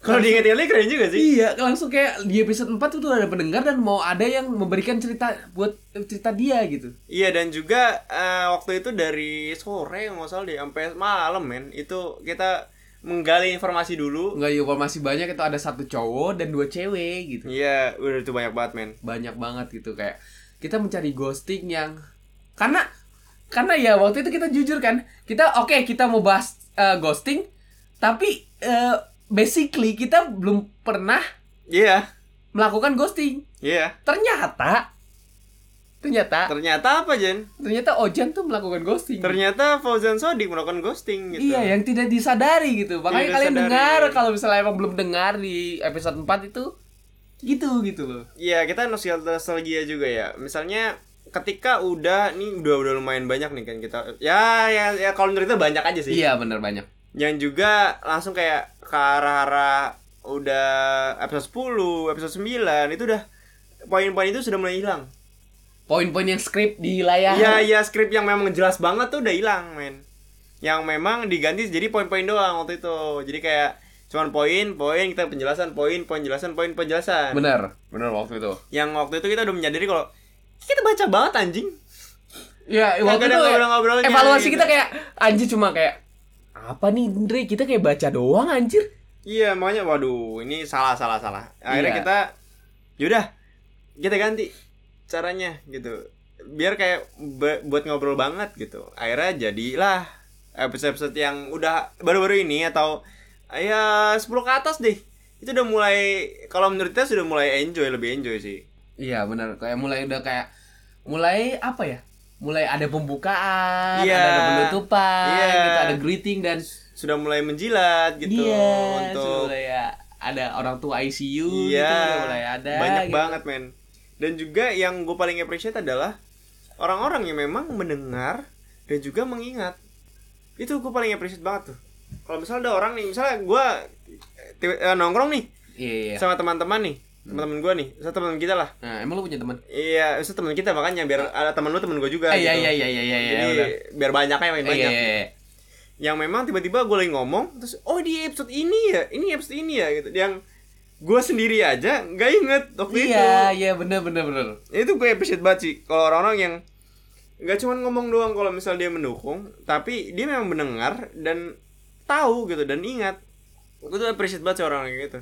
[SPEAKER 2] kalau diinget-inget lagi keren juga sih
[SPEAKER 1] iya langsung kayak di episode empat itu ada pendengar dan mau ada yang memberikan cerita buat cerita dia gitu
[SPEAKER 2] iya dan juga eh, waktu itu dari sore nggak salah deh sampai malam men itu kita menggali informasi dulu
[SPEAKER 1] nggak informasi banyak itu ada satu cowok dan dua cewek gitu
[SPEAKER 2] iya udah itu banyak banget men
[SPEAKER 1] banyak banget gitu kayak kita mencari ghosting yang karena karena ya waktu itu kita jujur kan kita oke kita mau bahas eh, ghosting tapi eh, basically kita belum pernah
[SPEAKER 2] iya
[SPEAKER 1] melakukan ghosting
[SPEAKER 2] iya
[SPEAKER 1] ternyata ternyata
[SPEAKER 2] ternyata apa Jen
[SPEAKER 1] ternyata Ojan tuh melakukan ghosting
[SPEAKER 2] ternyata Fauzan Sodik melakukan ghosting gitu
[SPEAKER 1] Iya, yang tidak disadari gitu. Makanya
[SPEAKER 2] Tidak
[SPEAKER 1] kalian
[SPEAKER 2] disadari.
[SPEAKER 1] dengar kalau misalnya emang belum dengar di episode 4 itu gitu gitu loh.
[SPEAKER 2] Iya kita nostal- nostalgia juga ya misalnya ketika udah nih udah udah lumayan banyak nih kan kita ya ya ya kalau menurut kita banyak aja sih
[SPEAKER 1] Iya, bener banyak.
[SPEAKER 2] yang juga langsung kayak ke arah-arah udah episode 10 episode 9 itu udah poin-poin itu sudah mulai hilang
[SPEAKER 1] Poin-poin yang script di layar.
[SPEAKER 2] Iya iya skrip yang memang jelas banget tuh udah hilang men yang memang diganti jadi poin-poin doang waktu itu jadi kayak cuman poin poin kita penjelasan poin poin jelasan poin penjelasan
[SPEAKER 1] Bener. Bener waktu itu.
[SPEAKER 2] yang waktu itu kita udah menyadari kalau kita baca banget anjing
[SPEAKER 1] Iya, waktu
[SPEAKER 2] ada
[SPEAKER 1] itu
[SPEAKER 2] ngobrol-ngobrolnya,
[SPEAKER 1] evaluasi
[SPEAKER 2] gitu.
[SPEAKER 1] kita kayak anjir cuma kayak apa nih Andre kita kayak baca doang anjir.
[SPEAKER 2] Iya makanya waduh ini salah salah salah. Akhirnya
[SPEAKER 1] Iya.
[SPEAKER 2] kita yaudah kita ganti caranya gitu. Biar kayak be- buat ngobrol banget gitu. Akhirnya jadilah episode-episode yang udah baru-baru ini atau ya 10 ke atas deh. Itu udah mulai kalau menurut kita sudah mulai enjoy lebih enjoy sih.
[SPEAKER 1] Iya, bener. Kayak mulai udah kayak mulai apa ya? Mulai ada pembukaan,
[SPEAKER 2] Iya.
[SPEAKER 1] ada, ada penutupan,
[SPEAKER 2] Iya.
[SPEAKER 1] gitu, ada greeting dan
[SPEAKER 2] Sudah mulai menjilat gitu
[SPEAKER 1] Iya,
[SPEAKER 2] untuk
[SPEAKER 1] sudah ya ada orang tua ICU gitu
[SPEAKER 2] Iya,
[SPEAKER 1] udah mulai ada.
[SPEAKER 2] banyak
[SPEAKER 1] gitu.
[SPEAKER 2] banget men. Dan juga yang gue paling appreciate adalah orang-orang yang memang mendengar dan juga mengingat itu gue paling appreciate banget tuh kalau misalnya ada orang nih misalnya gue tiba- eh, nongkrong nih
[SPEAKER 1] Iya iya.
[SPEAKER 2] sama teman-teman nih teman-teman gue nih sama teman kita lah
[SPEAKER 1] Nah, emang lu punya teman?
[SPEAKER 2] iya itu teman kita makanya biar ada teman lu teman gue juga
[SPEAKER 1] Eh,
[SPEAKER 2] gitu.
[SPEAKER 1] Iya iya iya iya iya.
[SPEAKER 2] jadi
[SPEAKER 1] udah.
[SPEAKER 2] biar banyak aja
[SPEAKER 1] Eh,
[SPEAKER 2] makin
[SPEAKER 1] Iya
[SPEAKER 2] banyak
[SPEAKER 1] iya. iya.
[SPEAKER 2] yang memang tiba-tiba gue lagi ngomong terus oh di episode ini ya ini episode ini ya gitu yang gue sendiri aja nggak inget waktu
[SPEAKER 1] Iya
[SPEAKER 2] itu
[SPEAKER 1] iya bener bener bener.
[SPEAKER 2] itu gue appreciate banget sih kalau orang-orang yang nggak cuma ngomong doang kalau misal dia mendukung tapi dia memang mendengar dan tahu gitu dan ingat gue tuh appreciate banget sih orang-orang kayak gitu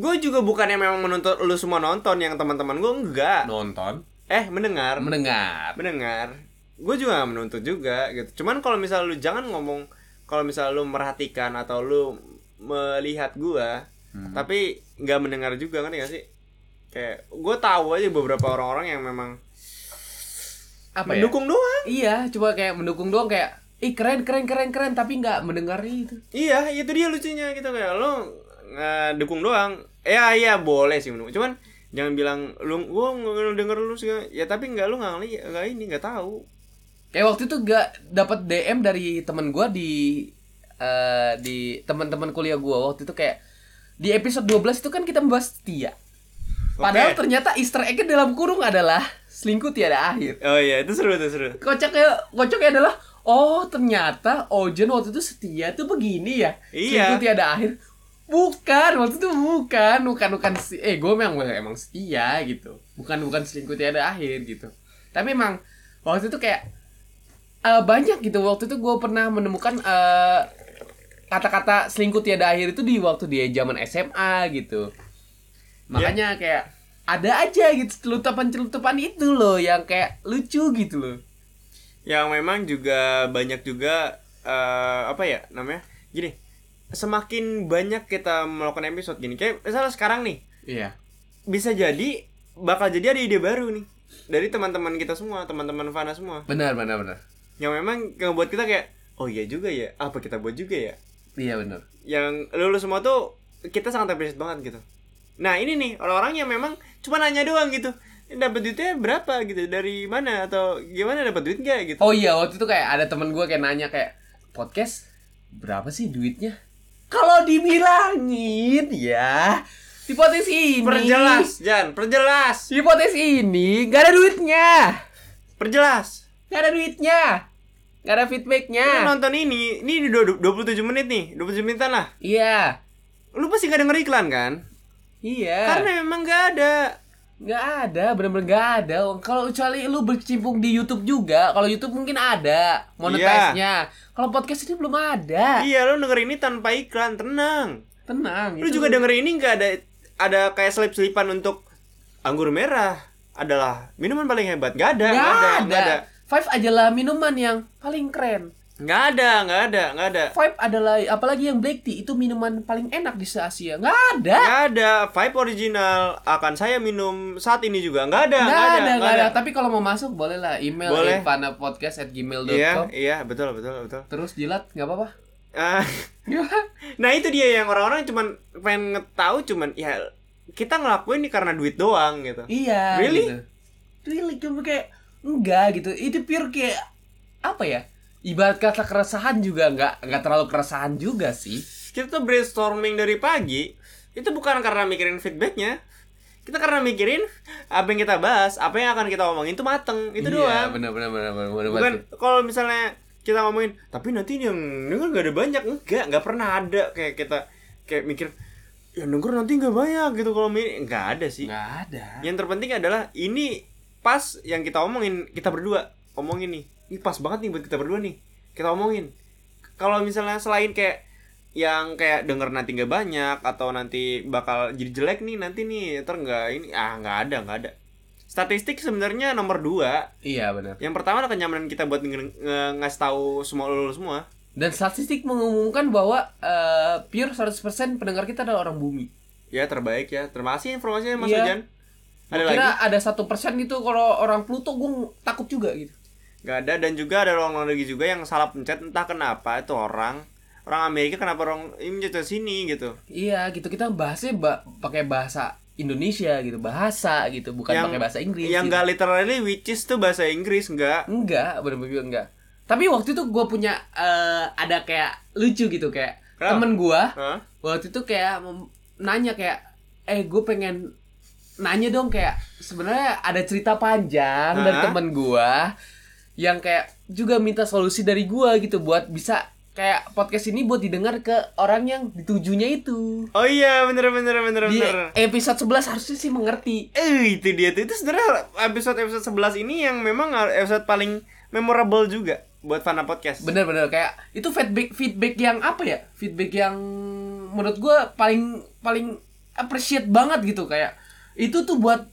[SPEAKER 2] gue juga bukannya memang menuntut lu semua nonton yang teman-teman gue enggak
[SPEAKER 1] Nonton,
[SPEAKER 2] eh mendengar
[SPEAKER 1] mendengar.
[SPEAKER 2] mendengar gue juga nggak menuntut juga gitu cuman kalau misal lu jangan ngomong kalau misal lu merhatikan atau lu melihat gua
[SPEAKER 1] Hmm.
[SPEAKER 2] tapi nggak mendengar juga kan ya sih kayak gue tahu aja beberapa orang-orang yang memang
[SPEAKER 1] Apa ya?
[SPEAKER 2] mendukung doang
[SPEAKER 1] Iya, coba kayak mendukung doang kayak Ih keren keren keren keren tapi nggak gitu. mendengarnya itu.
[SPEAKER 2] iya itu dia lucunya gitu kayak lu eh, dukung doang ya iya boleh sih mendukung cuman jangan bilang lu gua nggak denger lu sih ya tapi nggak lu nggak ngeli- nggak ini nggak tahu
[SPEAKER 1] Kayak waktu itu gak dapat DM dari temen gua di eh, di teman-teman kuliah gua waktu itu kayak di episode 12 itu kan kita membahas setia. Padahal
[SPEAKER 2] Oke.
[SPEAKER 1] ternyata Easter egg dalam kurung adalah selingkuh tiada akhir.
[SPEAKER 2] oh iya itu seru itu seru
[SPEAKER 1] Kocaknya kocaknya adalah oh ternyata Ojen waktu itu setia tuh begini ya.
[SPEAKER 2] Iya.
[SPEAKER 1] Selingkuh tiada akhir. Bukan, waktu itu bukan, bukan bukan si eh gue memang emang setia gitu. Bukan bukan selingkuh tiada akhir gitu. Tapi emang waktu itu kayak eh, banyak gitu waktu itu gue pernah menemukan eh, kata-kata selingkuh tiada akhir itu di waktu dia zaman SMA gitu makanya kayak ada aja gitu celutupan celutupan itu loh yang kayak lucu gitu loh
[SPEAKER 2] yang memang juga banyak juga eh, apa ya namanya gini semakin banyak kita melakukan episode gini kayak misalnya sekarang nih
[SPEAKER 1] iya
[SPEAKER 2] bisa jadi bakal jadi ada ide baru nih dari teman-teman kita semua teman-teman Fana semua
[SPEAKER 1] benar benar benar
[SPEAKER 2] yang memang ngebuat kita kayak oh iya juga ya apa kita buat juga ya
[SPEAKER 1] iya benar
[SPEAKER 2] yang lulus semua tuh kita sangat appreciate banget gitu nah ini nih orang-orang yang memang cuma nanya doang gitu dapat duitnya berapa gitu dari mana atau gimana dapat duit nggak gitu
[SPEAKER 1] oh iya waktu itu kayak ada teman gue kayak nanya kayak podcast berapa sih duitnya kalau dibilangin ya hipotesis ini
[SPEAKER 2] perjelas Jan perjelas
[SPEAKER 1] hipotesis ini gak ada duitnya
[SPEAKER 2] Perjelas.
[SPEAKER 1] gak ada duitnya gak ada feedbacknya
[SPEAKER 2] Lu nonton ini, ini udah 27 menit nih, 27 menitan lah.
[SPEAKER 1] iya
[SPEAKER 2] Lu pasti gak denger iklan kan?
[SPEAKER 1] iya
[SPEAKER 2] Karena memang gak ada.
[SPEAKER 1] Nggak ada, bener-bener nggak ada. Kalau kecuali lu bercimpung di YouTube juga, kalau YouTube mungkin ada monetize-nya. Kalau podcast ini belum ada.
[SPEAKER 2] Iya, lu denger ini tanpa iklan, tenang.
[SPEAKER 1] Tenang.
[SPEAKER 2] Lu
[SPEAKER 1] itu-
[SPEAKER 2] juga denger ini gak ada ada kayak selip-selipan untuk anggur merah adalah minuman paling hebat. Gak ada,
[SPEAKER 1] nggak ada.
[SPEAKER 2] gak ada.
[SPEAKER 1] Five adalah minuman yang paling keren.
[SPEAKER 2] Gak ada, gak ada, gak ada.
[SPEAKER 1] Five adalah apalagi yang black tea itu minuman paling enak di se-Asia. Nggak ada.
[SPEAKER 2] Gak ada Vibe original akan saya minum saat ini juga. Gak ada,
[SPEAKER 1] Nggak
[SPEAKER 2] gak
[SPEAKER 1] ada,
[SPEAKER 2] ada,
[SPEAKER 1] nggak ada. Tapi kalau mau masuk boleh lah email
[SPEAKER 2] Boleh.
[SPEAKER 1] panapodcast@gmail.com.
[SPEAKER 2] Iya, iya, betul, betul, betul.
[SPEAKER 1] Terus jilat nggak apa-apa.
[SPEAKER 2] Ah.
[SPEAKER 1] Gimana?
[SPEAKER 2] Nah itu dia yang orang-orang cuman pengen ngetahu cuman ya kita ngelakuin ini karena duit doang gitu.
[SPEAKER 1] Iya.
[SPEAKER 2] Really?
[SPEAKER 1] Gitu. Really cuma kayak enggak gitu. Itu pure kayak apa ya? Ibarat kata keresahan juga enggak enggak terlalu keresahan juga sih.
[SPEAKER 2] Kita tuh brainstorming dari pagi itu bukan karena mikirin feedbacknya. Kita karena mikirin apa yang kita bahas, apa yang akan kita omongin itu mateng, itu
[SPEAKER 1] Iya,
[SPEAKER 2] doang.
[SPEAKER 1] benar benar benar benar. benar
[SPEAKER 2] Bukan
[SPEAKER 1] banget.
[SPEAKER 2] kalau misalnya kita ngomongin, tapi nanti yang denger gak ada banyak, enggak, nggak pernah ada kayak kita kayak mikir yang denger nanti nggak banyak gitu kalau mi- nggak ada sih.
[SPEAKER 1] enggak ada.
[SPEAKER 2] Yang terpenting adalah ini pas yang kita omongin kita berdua omongin nih. Ini pas banget nih buat kita berdua nih. Kita omongin. Kalau misalnya selain kayak yang kayak denger nanti nggak banyak atau nanti bakal jadi jelek nih nanti nih ntar nggak ini ah nggak ada nggak ada statistik sebenarnya nomor dua
[SPEAKER 1] Iya, benar.
[SPEAKER 2] yang pertama adalah kenyamanan kita buat nge- nge- ngasih tahu semua lo semua
[SPEAKER 1] Dan statistik mengumumkan bahwa eh, pure 100% pendengar kita adalah orang bumi.
[SPEAKER 2] ya terbaik ya terima kasih informasinya mas
[SPEAKER 1] Iya.
[SPEAKER 2] Ojan ada lagi
[SPEAKER 1] Kira ada satu persen gitu kalau orang Pluto gue takut juga gitu.
[SPEAKER 2] Gak ada dan juga ada orang luar negeri juga yang salah pencet entah kenapa itu orang orang Amerika kenapa orang ini pencet sini gitu.
[SPEAKER 1] Iya gitu kita bahasnya ba- pakai bahasa Indonesia gitu bahasa gitu bukan pakai bahasa Inggris.
[SPEAKER 2] Yang
[SPEAKER 1] gitu.
[SPEAKER 2] gak literally which is tuh bahasa Inggris enggak.
[SPEAKER 1] Enggak, bener-bener juga enggak. Tapi waktu itu gue punya eh, ada kayak lucu gitu kayak
[SPEAKER 2] Kenapa?
[SPEAKER 1] temen gue
[SPEAKER 2] Hah?
[SPEAKER 1] waktu itu kayak mem- nanya kayak eh gue pengen nanya dong kayak sebenarnya ada cerita panjang dari
[SPEAKER 2] Hah?
[SPEAKER 1] temen gue yang kayak juga minta solusi dari gue gitu buat bisa kayak podcast ini buat didengar ke orang yang ditujunya itu
[SPEAKER 2] Oh iya, bener bener bener
[SPEAKER 1] di
[SPEAKER 2] bener.
[SPEAKER 1] episode 11 harusnya sih mengerti
[SPEAKER 2] Eh, itu dia tuh. Itu sebenarnya episode-episode 11 ini yang memang episode paling memorable juga buat Fana Podcast.
[SPEAKER 1] bener-bener kayak itu feedback feedback yang apa ya feedback yang menurut gue paling paling appreciate banget gitu kayak itu tuh buat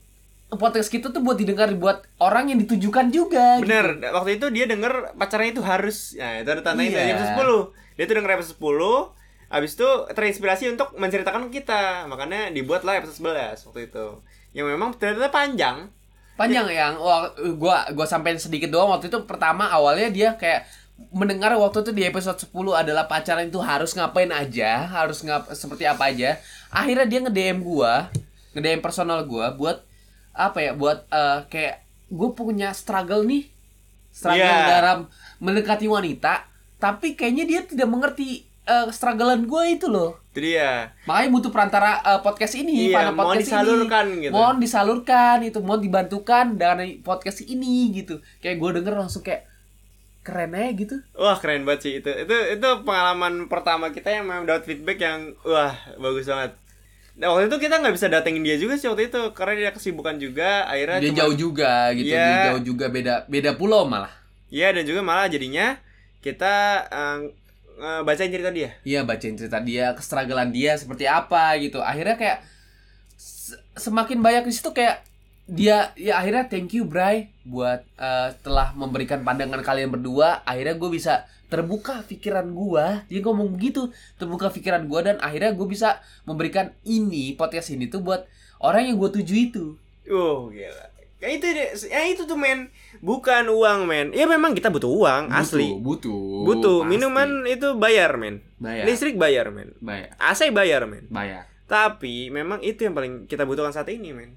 [SPEAKER 1] podcast kita tuh buat didengar buat orang yang ditujukan juga gitu.
[SPEAKER 2] Bener, waktu itu dia denger pacarnya itu harus. Nah, itu ada tandanya
[SPEAKER 1] Iya.
[SPEAKER 2] dari episode 10. Dia tuh denger episode 10, habis itu terinspirasi untuk menceritakan ke kita. Makanya dibuatlah episode 11 waktu itu. Yang memang ternyata panjang.
[SPEAKER 1] panjang yang wah, gua gua sampein sedikit doang waktu itu pertama awalnya dia kayak mendengar waktu itu di episode 10 adalah pacaran itu harus ngapain aja, harus ngap seperti apa aja. Akhirnya dia nge-DM gua, nge-DM personal gua buat apa ya? Buat eh, kayak gue punya struggle nih. Struggle
[SPEAKER 2] Iya.
[SPEAKER 1] dalam mendekati wanita, tapi kayaknya dia tidak mengerti eh, strugglean gua itu loh.
[SPEAKER 2] Itu dia.
[SPEAKER 1] Makanya butuh perantara eh, podcast ini,
[SPEAKER 2] Iya,
[SPEAKER 1] Fana
[SPEAKER 2] mohon
[SPEAKER 1] podcast
[SPEAKER 2] disalurkan
[SPEAKER 1] ini.
[SPEAKER 2] gitu.
[SPEAKER 1] Mohon disalurkan itu, mohon dibantukan dengan podcast ini gitu. Kayak gue denger langsung kayak keren aja gitu.
[SPEAKER 2] Wah, keren banget sih itu. Itu itu pengalaman pertama kita yang memang dapat feedback yang wah, bagus banget. Nah, waktu itu kita nggak bisa datengin dia juga sih waktu itu karena dia kesibukan juga akhirnya
[SPEAKER 1] Dia
[SPEAKER 2] cuma-
[SPEAKER 1] jauh juga gitu, dia
[SPEAKER 2] Ya, Iya.
[SPEAKER 1] jauh juga beda beda pulau malah.
[SPEAKER 2] Iya dan juga malah jadinya kita eh, eh, bacain cerita dia.
[SPEAKER 1] Iya, bacain cerita dia, kestragalan dia seperti apa gitu. Akhirnya kayak se- semakin banyak di situ kayak dia ya akhirnya thank you Bray buat eh, telah memberikan pandangan kalian berdua akhirnya gue bisa terbuka pikiran gua dia ngomong begitu terbuka pikiran gua dan akhirnya gue bisa memberikan ini podcast ini tuh buat orang yang gue tuju itu
[SPEAKER 2] Uh, gila. Ya itu deh, ya itu tuh men, bukan uang men. Ya memang kita butuh uang asli.
[SPEAKER 1] butuh
[SPEAKER 2] Butuh
[SPEAKER 1] pasti.
[SPEAKER 2] minuman itu bayar men.
[SPEAKER 1] Bayar.
[SPEAKER 2] Listrik bayar men.
[SPEAKER 1] bayar
[SPEAKER 2] AC bayar men.
[SPEAKER 1] bayar
[SPEAKER 2] Tapi memang itu yang paling kita butuhkan saat ini men.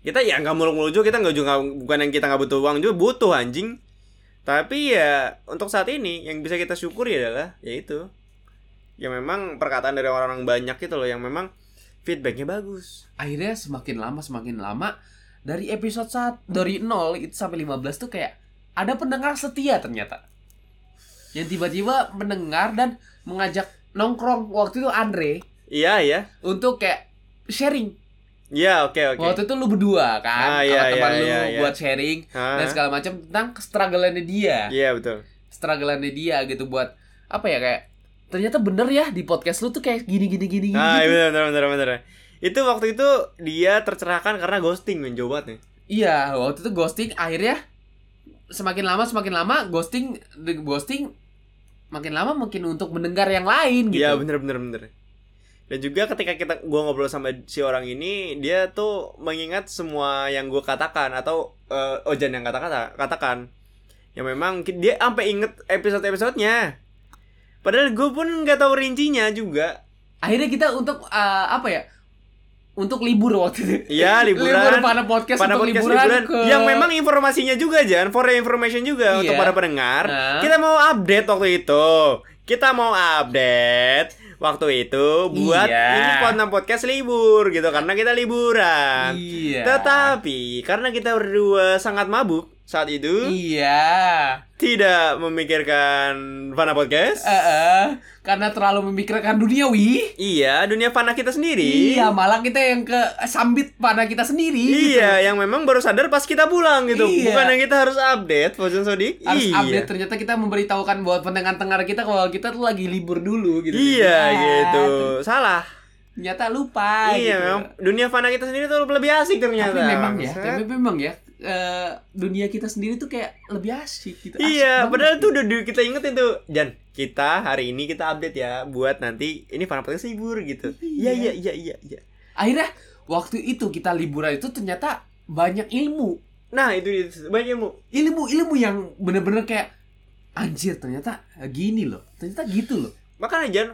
[SPEAKER 2] Kita ya nggak muluk-muluk juga kita nggak juga bukan yang kita nggak butuh uang juga butuh anjing. Tapi ya untuk saat ini yang bisa kita syukuri adalah yaitu yang memang perkataan dari orang-orang banyak gitu loh yang memang feedbacknya bagus.
[SPEAKER 1] akhirnya semakin lama semakin lama dari episode 1 dari 0 itu sampai 15 tuh kayak ada pendengar setia ternyata yang tiba-tiba mendengar dan mengajak nongkrong waktu itu Andre
[SPEAKER 2] Iya ya.
[SPEAKER 1] untuk kayak sharing
[SPEAKER 2] Iya oke oke.
[SPEAKER 1] waktu itu lu berdua kan
[SPEAKER 2] Ah,
[SPEAKER 1] sama
[SPEAKER 2] iya,
[SPEAKER 1] teman
[SPEAKER 2] iya,
[SPEAKER 1] lu
[SPEAKER 2] iya, iya.
[SPEAKER 1] buat sharing
[SPEAKER 2] Hah?
[SPEAKER 1] dan segala macam tentang kestragalannya dia
[SPEAKER 2] Ah, Iya betul.
[SPEAKER 1] kestragalannya dia gitu buat apa ya kayak ternyata bener ya di podcast lu tuh kayak gini gini gini gini
[SPEAKER 2] Ah
[SPEAKER 1] gitu.
[SPEAKER 2] iya benar benar benar. Itu waktu itu dia tercerahkan karena ghosting men jauh banget nih.
[SPEAKER 1] Iya, waktu itu ghosting akhirnya semakin lama semakin lama ghosting the ghosting makin lama makin untuk mendengar yang lain gitu.
[SPEAKER 2] Iya bener bener bener Dan juga ketika kita gua ngobrol sama si orang ini Dia tuh mengingat semua yang gua katakan Atau eh, Ojan yang kata-kata katakan Yang memang ki- dia sampai inget episode-episodenya Padahal gue pun nggak tahu rincinya juga
[SPEAKER 1] Akhirnya kita untuk eh, apa ya? Untuk libur waktu itu.
[SPEAKER 2] Iya liburan
[SPEAKER 1] libur pada podcast
[SPEAKER 2] Pada
[SPEAKER 1] untuk
[SPEAKER 2] podcast
[SPEAKER 1] liburan,
[SPEAKER 2] liburan,
[SPEAKER 1] ke
[SPEAKER 2] Yang memang informasinya juga Jan For your information juga
[SPEAKER 1] Iya.
[SPEAKER 2] Untuk para pendengar
[SPEAKER 1] Nah.
[SPEAKER 2] Kita mau update waktu itu Kita mau update Waktu itu Buat
[SPEAKER 1] Iya.
[SPEAKER 2] ini konten podcast libur gitu Karena kita liburan
[SPEAKER 1] Iya.
[SPEAKER 2] Tetapi Karena kita berdua sangat mabuk Saat itu
[SPEAKER 1] Iya.
[SPEAKER 2] Tidak memikirkan Fana Podcast
[SPEAKER 1] Eh, eh, karena terlalu memikirkan duniawi.
[SPEAKER 2] Iya Dunia Fana kita sendiri
[SPEAKER 1] Iya, malah kita yang ke sambit pada kita sendiri. gitu.
[SPEAKER 2] Iya, yang memang baru sadar pas kita pulang gitu.
[SPEAKER 1] Iya.
[SPEAKER 2] Bukan yang kita harus update, Fosun Sodik.
[SPEAKER 1] harus
[SPEAKER 2] iya.
[SPEAKER 1] update ternyata kita memberitahukan buat pendengar pendengar kita kalau kita tuh lagi libur dulu gitu
[SPEAKER 2] Iya
[SPEAKER 1] Ya,
[SPEAKER 2] gitu. Salah.
[SPEAKER 1] ternyata lupa
[SPEAKER 2] iya,
[SPEAKER 1] gitu.
[SPEAKER 2] memang Iya, dunia fana kita sendiri tuh lebih asik ternyata.
[SPEAKER 1] tapi memang ya
[SPEAKER 2] Set.
[SPEAKER 1] tapi memang ya eh, dunia kita sendiri tuh kayak lebih asik gitu Asik
[SPEAKER 2] Iya,
[SPEAKER 1] banget.
[SPEAKER 2] padahal tuh udah di- kita ingetin tuh, Jan, kita hari ini kita update ya buat nanti ini fana podcast libur gitu. Iya, iya, iya, iya, iya.
[SPEAKER 1] akhirnya waktu itu kita liburan itu ternyata banyak ilmu
[SPEAKER 2] Nah, itu dia. banyak ilmu.
[SPEAKER 1] ilmu ilmu yang bener-bener kayak anjir ternyata gini loh ternyata gitu loh
[SPEAKER 2] Makanya Jan,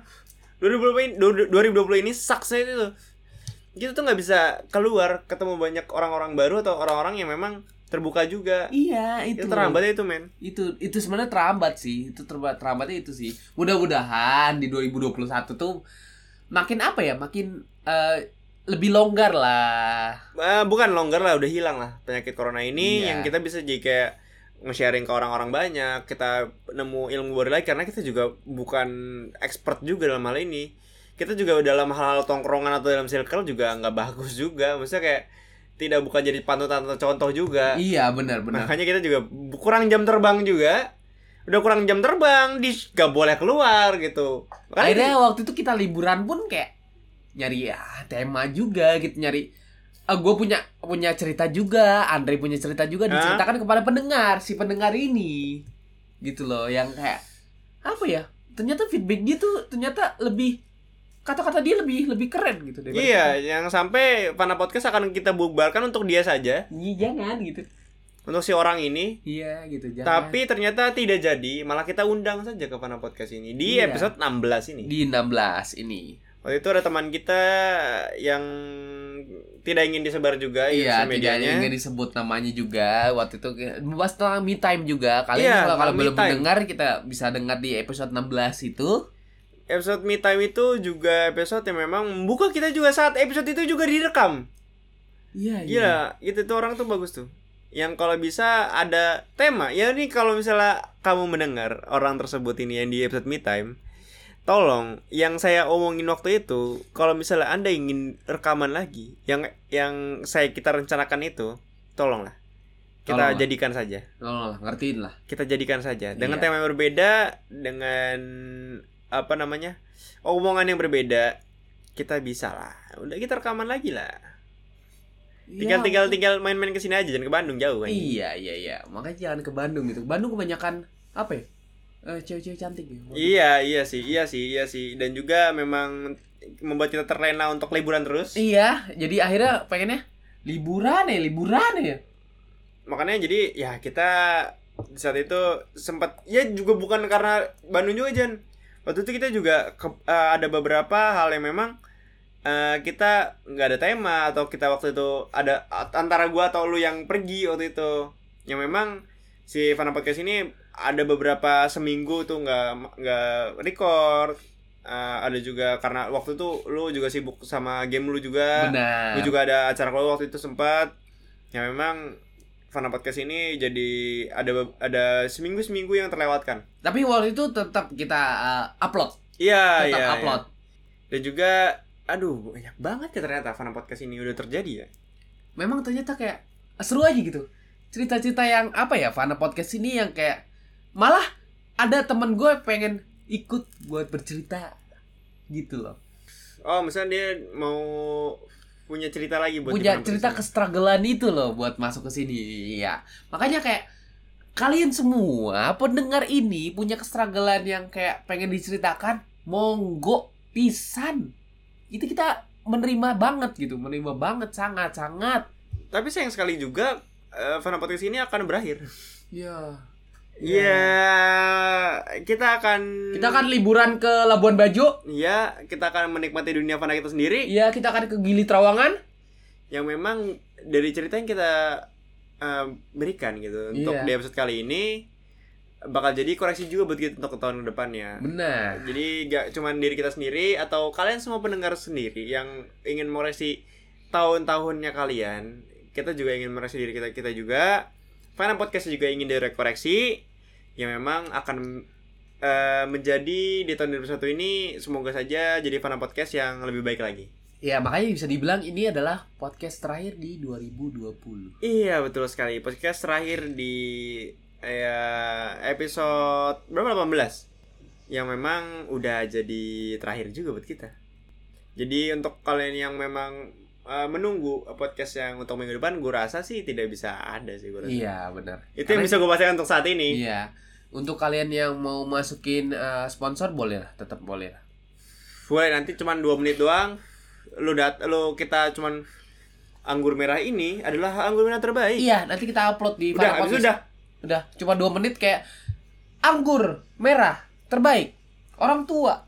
[SPEAKER 2] 2020 ini, 2020 ini saksnya itu tuh. Kita tuh nggak bisa keluar ketemu banyak orang-orang baru atau orang-orang yang memang terbuka juga
[SPEAKER 1] Iya, itu.
[SPEAKER 2] itu terambat itu men
[SPEAKER 1] Itu itu sebenarnya terambat sih. Itu terba- terambatnya itu sih. Mudah-mudahan di 2021 tuh makin apa ya? Makin eh, lebih longgar lah.
[SPEAKER 2] Eh, bukan longgar lah udah hilang lah penyakit corona ini
[SPEAKER 1] Iya.
[SPEAKER 2] yang kita bisa jadi kayak nge-sharing ke orang-orang banyak kita nemu ilmu baru lagi karena kita juga bukan expert juga dalam hal ini kita juga dalam hal-hal tongkrongan atau dalam circle juga nggak bagus juga maksudnya kayak tidak bukan jadi panutan atau contoh juga
[SPEAKER 1] Iya, benar benar.
[SPEAKER 2] makanya kita juga bu- kurang jam terbang juga udah kurang jam terbang di gak boleh keluar gitu Makanya
[SPEAKER 1] Akhirnya waktu itu kita liburan pun kayak nyari ya tema juga gitu nyari gue punya punya cerita juga, Andre punya cerita juga
[SPEAKER 2] Hah?
[SPEAKER 1] diceritakan kepada pendengar si pendengar ini gitu loh yang kayak apa ya ternyata feedback dia tuh ternyata lebih kata-kata dia lebih lebih keren gitu daripada
[SPEAKER 2] Iya, yang sampai Fana Podcast akan kita bubarkan untuk dia saja,
[SPEAKER 1] kita. Iya, jangan gitu
[SPEAKER 2] untuk si orang ini.
[SPEAKER 1] iya gitu jangan
[SPEAKER 2] Tapi ternyata tidak jadi, malah kita undang saja ke Fana Podcast ini di
[SPEAKER 1] Iya.
[SPEAKER 2] episode 16 ini.
[SPEAKER 1] di 16 ini
[SPEAKER 2] Waktu itu ada teman kita yang tidak ingin disebar juga di
[SPEAKER 1] Iya,
[SPEAKER 2] sosial
[SPEAKER 1] tidak
[SPEAKER 2] medianya.
[SPEAKER 1] ingin disebut namanya juga waktu itu membahas tentang me time juga. Kalian
[SPEAKER 2] Iya,
[SPEAKER 1] kalau, kalau
[SPEAKER 2] tentang me
[SPEAKER 1] belum
[SPEAKER 2] time.
[SPEAKER 1] mendengar kita bisa dengar di episode 16 itu.
[SPEAKER 2] Episode Me Time itu juga episode yang memang membuka kita juga saat episode itu juga direkam.
[SPEAKER 1] Iya, iya.
[SPEAKER 2] Gila, itu tuh orang tuh bagus tuh. Yang kalau bisa ada tema. Ya nih kalau misalnya kamu mendengar orang tersebut ini yang di episode Me Time, tolong yang saya omongin waktu itu, kalau misalnya Anda ingin rekaman lagi, yang yang saya kita rencanakan itu, tolonglah. Kita
[SPEAKER 1] Tolonglah.
[SPEAKER 2] jadikan saja.
[SPEAKER 1] Tolong lah, ngertiin lah.
[SPEAKER 2] Kita jadikan saja dengan
[SPEAKER 1] Iya.
[SPEAKER 2] tema yang berbeda, dengan apa namanya? omongan yang berbeda, kita bisa lah. Udah kita rekaman lagi lah tinggal
[SPEAKER 1] Iya,
[SPEAKER 2] tinggal tinggal main-main ke sini aja jangan ke Bandung jauh kan
[SPEAKER 1] Iya, iya, iya. Makanya jangan ke Bandung gitu. Bandung kebanyakan apa ya? Eh, cewek-cewek cantik ya.
[SPEAKER 2] iya iya sih iya sih iya sih dan juga memang membuat kita terlena untuk liburan terus
[SPEAKER 1] Iya, jadi akhirnya pengennya liburan ya, liburan
[SPEAKER 2] Iya.
[SPEAKER 1] ya.
[SPEAKER 2] makanya jadi ya kita di saat itu sempat ya juga bukan karena Bandung juga Jan waktu itu kita juga ke- eh, ada beberapa hal yang memang eh, kita nggak ada tema atau kita waktu itu ada antara gua atau lu yang pergi waktu itu yang memang si Fana Podcast ini ada beberapa seminggu tuh nggak nggak record Eh, ada juga karena waktu itu lu juga sibuk sama game lu juga
[SPEAKER 1] Benar.
[SPEAKER 2] gue juga ada acara keluarga waktu itu sempat ya memang Fana Podcast ini jadi ada ada seminggu seminggu yang terlewatkan
[SPEAKER 1] Tapi waktu itu tetap kita eh, upload,
[SPEAKER 2] iya
[SPEAKER 1] tetap
[SPEAKER 2] iya
[SPEAKER 1] upload.
[SPEAKER 2] iya. dan juga aduh banyak banget ya ternyata Fana Podcast ini udah terjadi ya
[SPEAKER 1] memang ternyata kayak seru aja gitu cerita-cerita yang apa ya Fana podcast ini yang kayak malah ada temen gue pengen ikut buat bercerita gitu loh
[SPEAKER 2] oh misalnya dia mau punya cerita lagi buat
[SPEAKER 1] punya
[SPEAKER 2] di Fana
[SPEAKER 1] cerita
[SPEAKER 2] Podcast
[SPEAKER 1] kestrugglean itu loh buat masuk ke sini ya makanya kayak kalian semua pendengar ini punya kestrugglean yang kayak pengen diceritakan monggo pisan itu kita menerima banget gitu menerima banget sangat sangat
[SPEAKER 2] ini. tapi sayang sekali juga eh, Fana Podcast ini akan berakhir
[SPEAKER 1] ya
[SPEAKER 2] Iya kita akan
[SPEAKER 1] kita akan liburan ke Labuan Bajo
[SPEAKER 2] Iya, kita akan menikmati dunia fana kita sendiri
[SPEAKER 1] Iya, kita akan ke Gili Trawangan.
[SPEAKER 2] yang memang dari cerita yang kita eh, berikan gitu untuk
[SPEAKER 1] Iya.
[SPEAKER 2] di episode kali ini bakal jadi koreksi juga buat kita untuk tahun depannya.
[SPEAKER 1] Benar.
[SPEAKER 2] Jadi gak cuman diri kita sendiri atau kalian semua pendengar sendiri yang ingin mengoreksi tahun-tahunnya kalian, kita juga ingin mereksi diri kita kita juga. Fana podcast juga ingin direkoreksi yang memang akan eh, menjadi di tahun 2021 ini semoga saja jadi Fana podcast yang lebih baik lagi.
[SPEAKER 1] Ya, makanya bisa dibilang ini adalah podcast terakhir di 2020.
[SPEAKER 2] Iya betul sekali podcast terakhir di ya, episode berapa 18 yang memang udah jadi terakhir juga buat kita. Jadi untuk kalian yang memang eh, menunggu podcast yang untuk minggu depan, gue rasa sih tidak bisa ada sih gue rasa.
[SPEAKER 1] Iya, benar.
[SPEAKER 2] Itu yang
[SPEAKER 1] Karena-
[SPEAKER 2] bisa gue pastikan untuk saat ini.
[SPEAKER 1] Iya. Untuk kalian yang mau masukin eh, sponsor boleh lah, tetap boleh lah.
[SPEAKER 2] Boleh nanti cuman dua menit doang. Lu dat, lu kita cuman anggur merah ini adalah anggur merah terbaik.
[SPEAKER 1] Iya, nanti kita upload di
[SPEAKER 2] Udah,
[SPEAKER 1] Fana
[SPEAKER 2] habis
[SPEAKER 1] Podcast.
[SPEAKER 2] itu udah.
[SPEAKER 1] Udah, cuma 2 menit kayak anggur merah terbaik orang tua.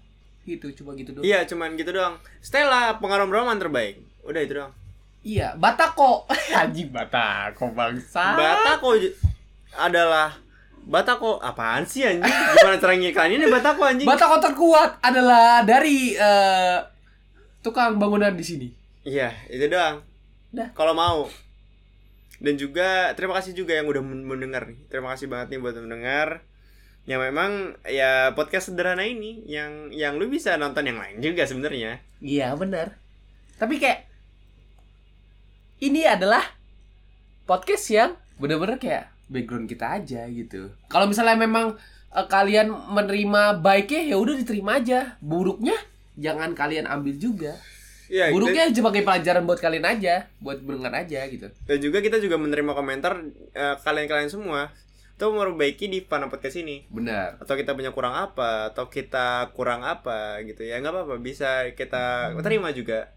[SPEAKER 1] Gitu, cuma gitu doang.
[SPEAKER 2] Iya, cuman gitu doang. Stella pengaruh Roman terbaik. Udah itu doang.
[SPEAKER 1] Iya, Batako. Anjing Batako bangsa.
[SPEAKER 2] Batako ju- adalah Batako apaan sih anjing? Gimana cara ngiklaninnya Batako anjing?
[SPEAKER 1] Batako terkuat adalah dari eh, tukang bangunan di sini.
[SPEAKER 2] Iya, itu doang.
[SPEAKER 1] Dah.
[SPEAKER 2] Kalau mau. Dan juga terima kasih juga yang udah men- mendengar nih. Terima kasih banget nih buat yang mendengar. Yang memang ya podcast sederhana ini yang yang lu bisa nonton yang lain juga sebenarnya.
[SPEAKER 1] Iya, benar. Tapi kayak ini adalah podcast yang bener-bener kayak background kita aja gitu. Kalau misalnya memang eh, kalian menerima baiknya ya udah diterima aja. Buruknya jangan kalian ambil juga.
[SPEAKER 2] Iya, dan,
[SPEAKER 1] Buruknya sebagai pelajaran buat kalian aja, buat mendengar aja gitu.
[SPEAKER 2] dan juga kita juga menerima komentar eh, kalian-kalian semua untuk memperbaiki di Fana Podcast ini.
[SPEAKER 1] Benar.
[SPEAKER 2] atau kita punya kurang apa atau kita kurang apa gitu ya nggak apa-apa bisa kita terima juga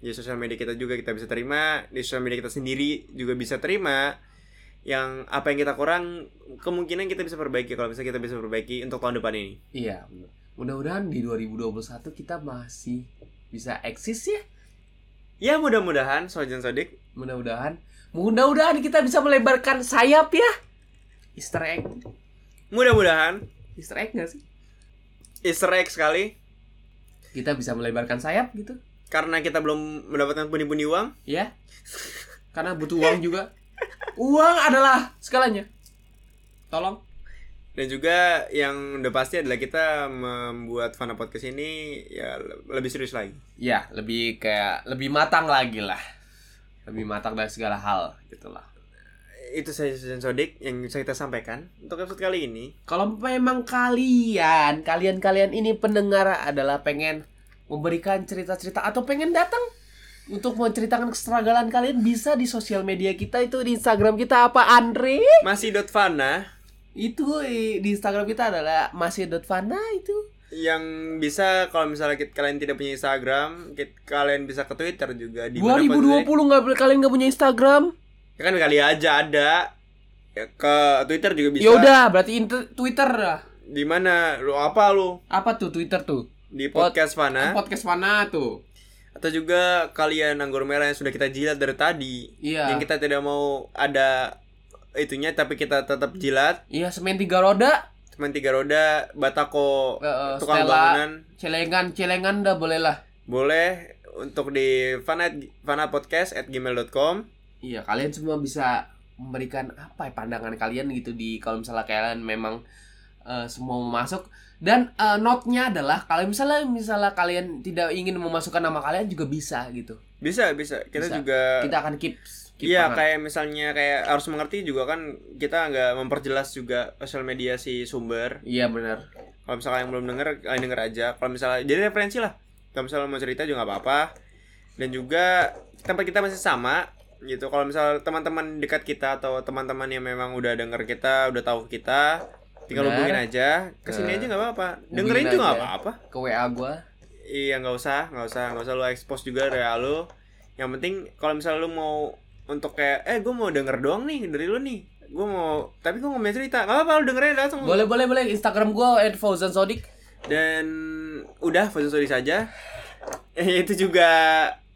[SPEAKER 2] di sosial media kita juga kita bisa terima di sosial media kita sendiri juga bisa terima yang apa yang kita kurang kemungkinan kita bisa perbaiki kalau bisa kita bisa perbaiki untuk tahun depan ini
[SPEAKER 1] Iya, bener. mudah-mudahan di 2021 kita masih bisa eksis ya.
[SPEAKER 2] ya mudah-mudahan Sojan Sodik
[SPEAKER 1] Mudah-mudahan, mudah-mudahan kita bisa melebarkan sayap ya. Easter egg,
[SPEAKER 2] mudah-mudahan
[SPEAKER 1] Easter egg gak sih?
[SPEAKER 2] Easter egg sekali
[SPEAKER 1] Kita bisa melebarkan sayap gitu,
[SPEAKER 2] karena kita belum mendapatkan pundi-pundi uang
[SPEAKER 1] ya? Karena butuh uang juga. Uang adalah segalanya. Tolong.
[SPEAKER 2] dan juga yang udah pasti adalah kita membuat Fana Podcast ini ya le- lebih serius lagi
[SPEAKER 1] Ya, lebih kayak lebih matang lagi lah. Lebih matang dari segala hal gitu gitulah.
[SPEAKER 2] itu saya Susan Sodik yang bisa kita sampaikan untuk episode kali ini.
[SPEAKER 1] Kalau memang kalian, kalian-kalian ini pendengar adalah pengen memberikan cerita-cerita atau pengen datang untuk menceritakan keseragalan kalian bisa di sosial media kita itu di Instagram kita apa Andre?
[SPEAKER 2] Masih dot Fana
[SPEAKER 1] Itu eh, di Instagram kita adalah masih.fana itu.
[SPEAKER 2] yang bisa kalau misalnya kit- kalian tidak punya Instagram, kit- kalian bisa ke Twitter juga di mana
[SPEAKER 1] 2020
[SPEAKER 2] pun-
[SPEAKER 1] nggak kalian nggak punya Instagram?
[SPEAKER 2] Ya kan kali aja ada Ya, ke Twitter juga bisa.
[SPEAKER 1] Ya udah, berarti inter- Twitter lah.
[SPEAKER 2] Di mana lu apa lu?
[SPEAKER 1] Apa tuh Twitter tuh?
[SPEAKER 2] Di
[SPEAKER 1] Pod-
[SPEAKER 2] podcast Fana
[SPEAKER 1] Podcast mana tuh?
[SPEAKER 2] atau juga kalian anggur merah yang sudah kita jilat dari tadi.
[SPEAKER 1] Iya.
[SPEAKER 2] Yang kita tidak mau ada itunya tapi kita tetap jilat.
[SPEAKER 1] Iya, semen tiga roda,
[SPEAKER 2] Cuman tiga roda, batako,
[SPEAKER 1] Eh, eh,
[SPEAKER 2] tukang
[SPEAKER 1] Stella.
[SPEAKER 2] bangunan.
[SPEAKER 1] celengan-celengan dah boleh lah.
[SPEAKER 2] boleh untuk di fanat fanapodcast at gmail.com
[SPEAKER 1] Iya, kalian semua bisa memberikan apa ya pandangan kalian gitu di kalau misalnya kalian memang eh, semua mau masuk dan eh, note-nya adalah kalau misalnya misalnya kalian tidak ingin memasukkan nama kalian juga bisa gitu.
[SPEAKER 2] bisa bisa kita
[SPEAKER 1] Bisa.
[SPEAKER 2] juga
[SPEAKER 1] Kita akan keep keep
[SPEAKER 2] Eh, iya
[SPEAKER 1] tangan.
[SPEAKER 2] kayak misalnya kayak harus mengerti juga kan kita nggak memperjelas juga sosial media si sumber
[SPEAKER 1] Iya benar.
[SPEAKER 2] kalau misalnya yang belum denger kalian denger aja kalau misalnya jadi referensi lah kalau misalnya mau cerita juga nggak apa-apa dan juga tempat kita masih sama gitu kalau misalnya teman-teman dekat kita atau teman-teman yang memang udah denger kita udah tahu kita tinggal
[SPEAKER 1] Benar.
[SPEAKER 2] hubungin aja kesini
[SPEAKER 1] Nah,
[SPEAKER 2] aja nggak apa-apa
[SPEAKER 1] hubungin
[SPEAKER 2] dengerin juga nggak
[SPEAKER 1] aja.
[SPEAKER 2] apa-apa
[SPEAKER 1] Ke WA gua.
[SPEAKER 2] Iya nggak usah, nggak usah, nggak usah lu expose juga rea lu. Yang penting kalau misalnya lu mau untuk kayak, eh gue mau denger doang nih dari lu nih. Gue mau, tapi gue nggak mau cerita. Gak apa-apa lu dengerin aja langsung.
[SPEAKER 1] Boleh boleh boleh Instagram gua @fauzansodik.
[SPEAKER 2] Dan udah, foto story saja. Eh, Itu juga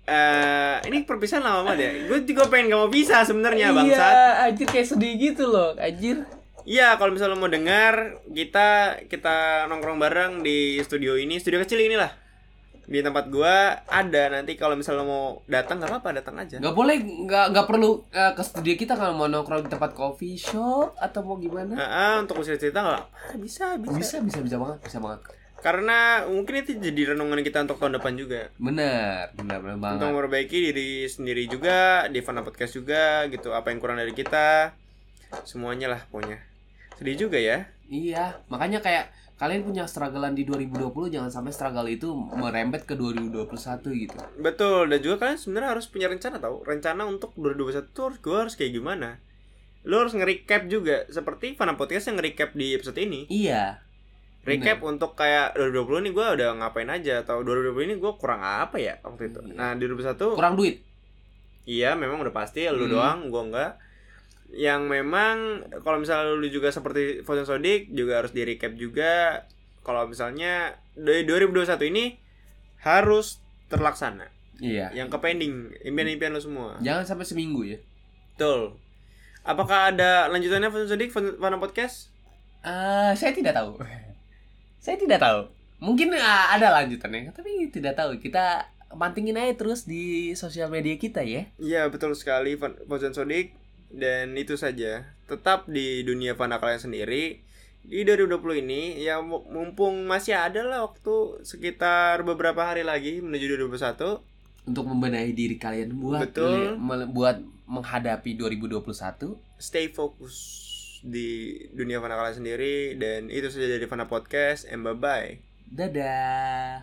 [SPEAKER 2] eh ini perpisahan lama banget ya. Gue juga pengen gak mau pisah
[SPEAKER 1] Iya,
[SPEAKER 2] sebenarnya bangsat.
[SPEAKER 1] anjir kayak sedih gitu loh, anjir.
[SPEAKER 2] Iya, kalau misalnya lu mau dengar, kita kita nongkrong bareng di studio ini, studio kecil inilah. Di tempat gua ada nanti kalau misalnya lu mau datang nggak apa-apa, datang aja.
[SPEAKER 1] Gak boleh, gak, nggak perlu eh, ke studio kita kalau mau nongkrong di tempat coffee shop atau mau gimana.
[SPEAKER 2] Heeh, untuk usia cerita nggak apa Ah, bisa, bisa
[SPEAKER 1] Bisa, bisa, bisa banget, bisa banget.
[SPEAKER 2] Karena mungkin itu jadi renungan kita untuk tahun depan juga.
[SPEAKER 1] Bener, bener, bener banget.
[SPEAKER 2] Untuk memperbaiki diri sendiri juga, di Fana Podcast juga gitu, apa yang kurang dari kita. Semuanya lah pokoknya. Sedih juga ya.
[SPEAKER 1] Iya, makanya kayak kalian punya strugglean di 2020 jangan sampai struggle itu merembet ke 2021 gitu.
[SPEAKER 2] Betul, dan juga kalian sebenarnya harus punya rencana tau Rencana untuk 2021 tuh harus, gue harus kayak gimana Lo harus nge-recap juga Seperti Fana Podcast yang nge-recap di episode ini
[SPEAKER 1] Iya.
[SPEAKER 2] Recap untuk kayak 2020 ini gue udah ngapain aja Atau 2020 ini gue kurang apa ya waktu itu
[SPEAKER 1] Iya.
[SPEAKER 2] Nah di 2021
[SPEAKER 1] Kurang duit.
[SPEAKER 2] Iya, memang udah pasti lu
[SPEAKER 1] Hmm.
[SPEAKER 2] doang, gua enggak. Yang memang kalau misalnya lu juga seperti Fosun Sodik juga harus di recap juga kalau misalnya dari 2021 ini harus terlaksana.
[SPEAKER 1] Iya.
[SPEAKER 2] yang ke pending impian-impian lo semua
[SPEAKER 1] Jangan sampai seminggu ya.
[SPEAKER 2] betul apakah ada lanjutannya Fun Sudik Fun Fana Podcast
[SPEAKER 1] Ah, saya tidak tahu. saya tidak tahu. Mungkin ah, ada lanjutannya, tapi tidak tahu. Kita mantingin aja terus di sosial media kita ya.
[SPEAKER 2] Iya betul sekali Fan- Fauzan Sodik Dan itu saja Tetap di dunia fana kalian sendiri Di 2020 ini Ya mu- mumpung masih ada lah waktu Sekitar beberapa hari lagi Menuju 2021
[SPEAKER 1] Untuk membenahi diri kalian buat
[SPEAKER 2] Betul.
[SPEAKER 1] mele- buat menghadapi 2021.
[SPEAKER 2] Stay fokus Di dunia fana kalian sendiri Dan itu saja dari Fana Podcast And bye bye
[SPEAKER 1] Dadah.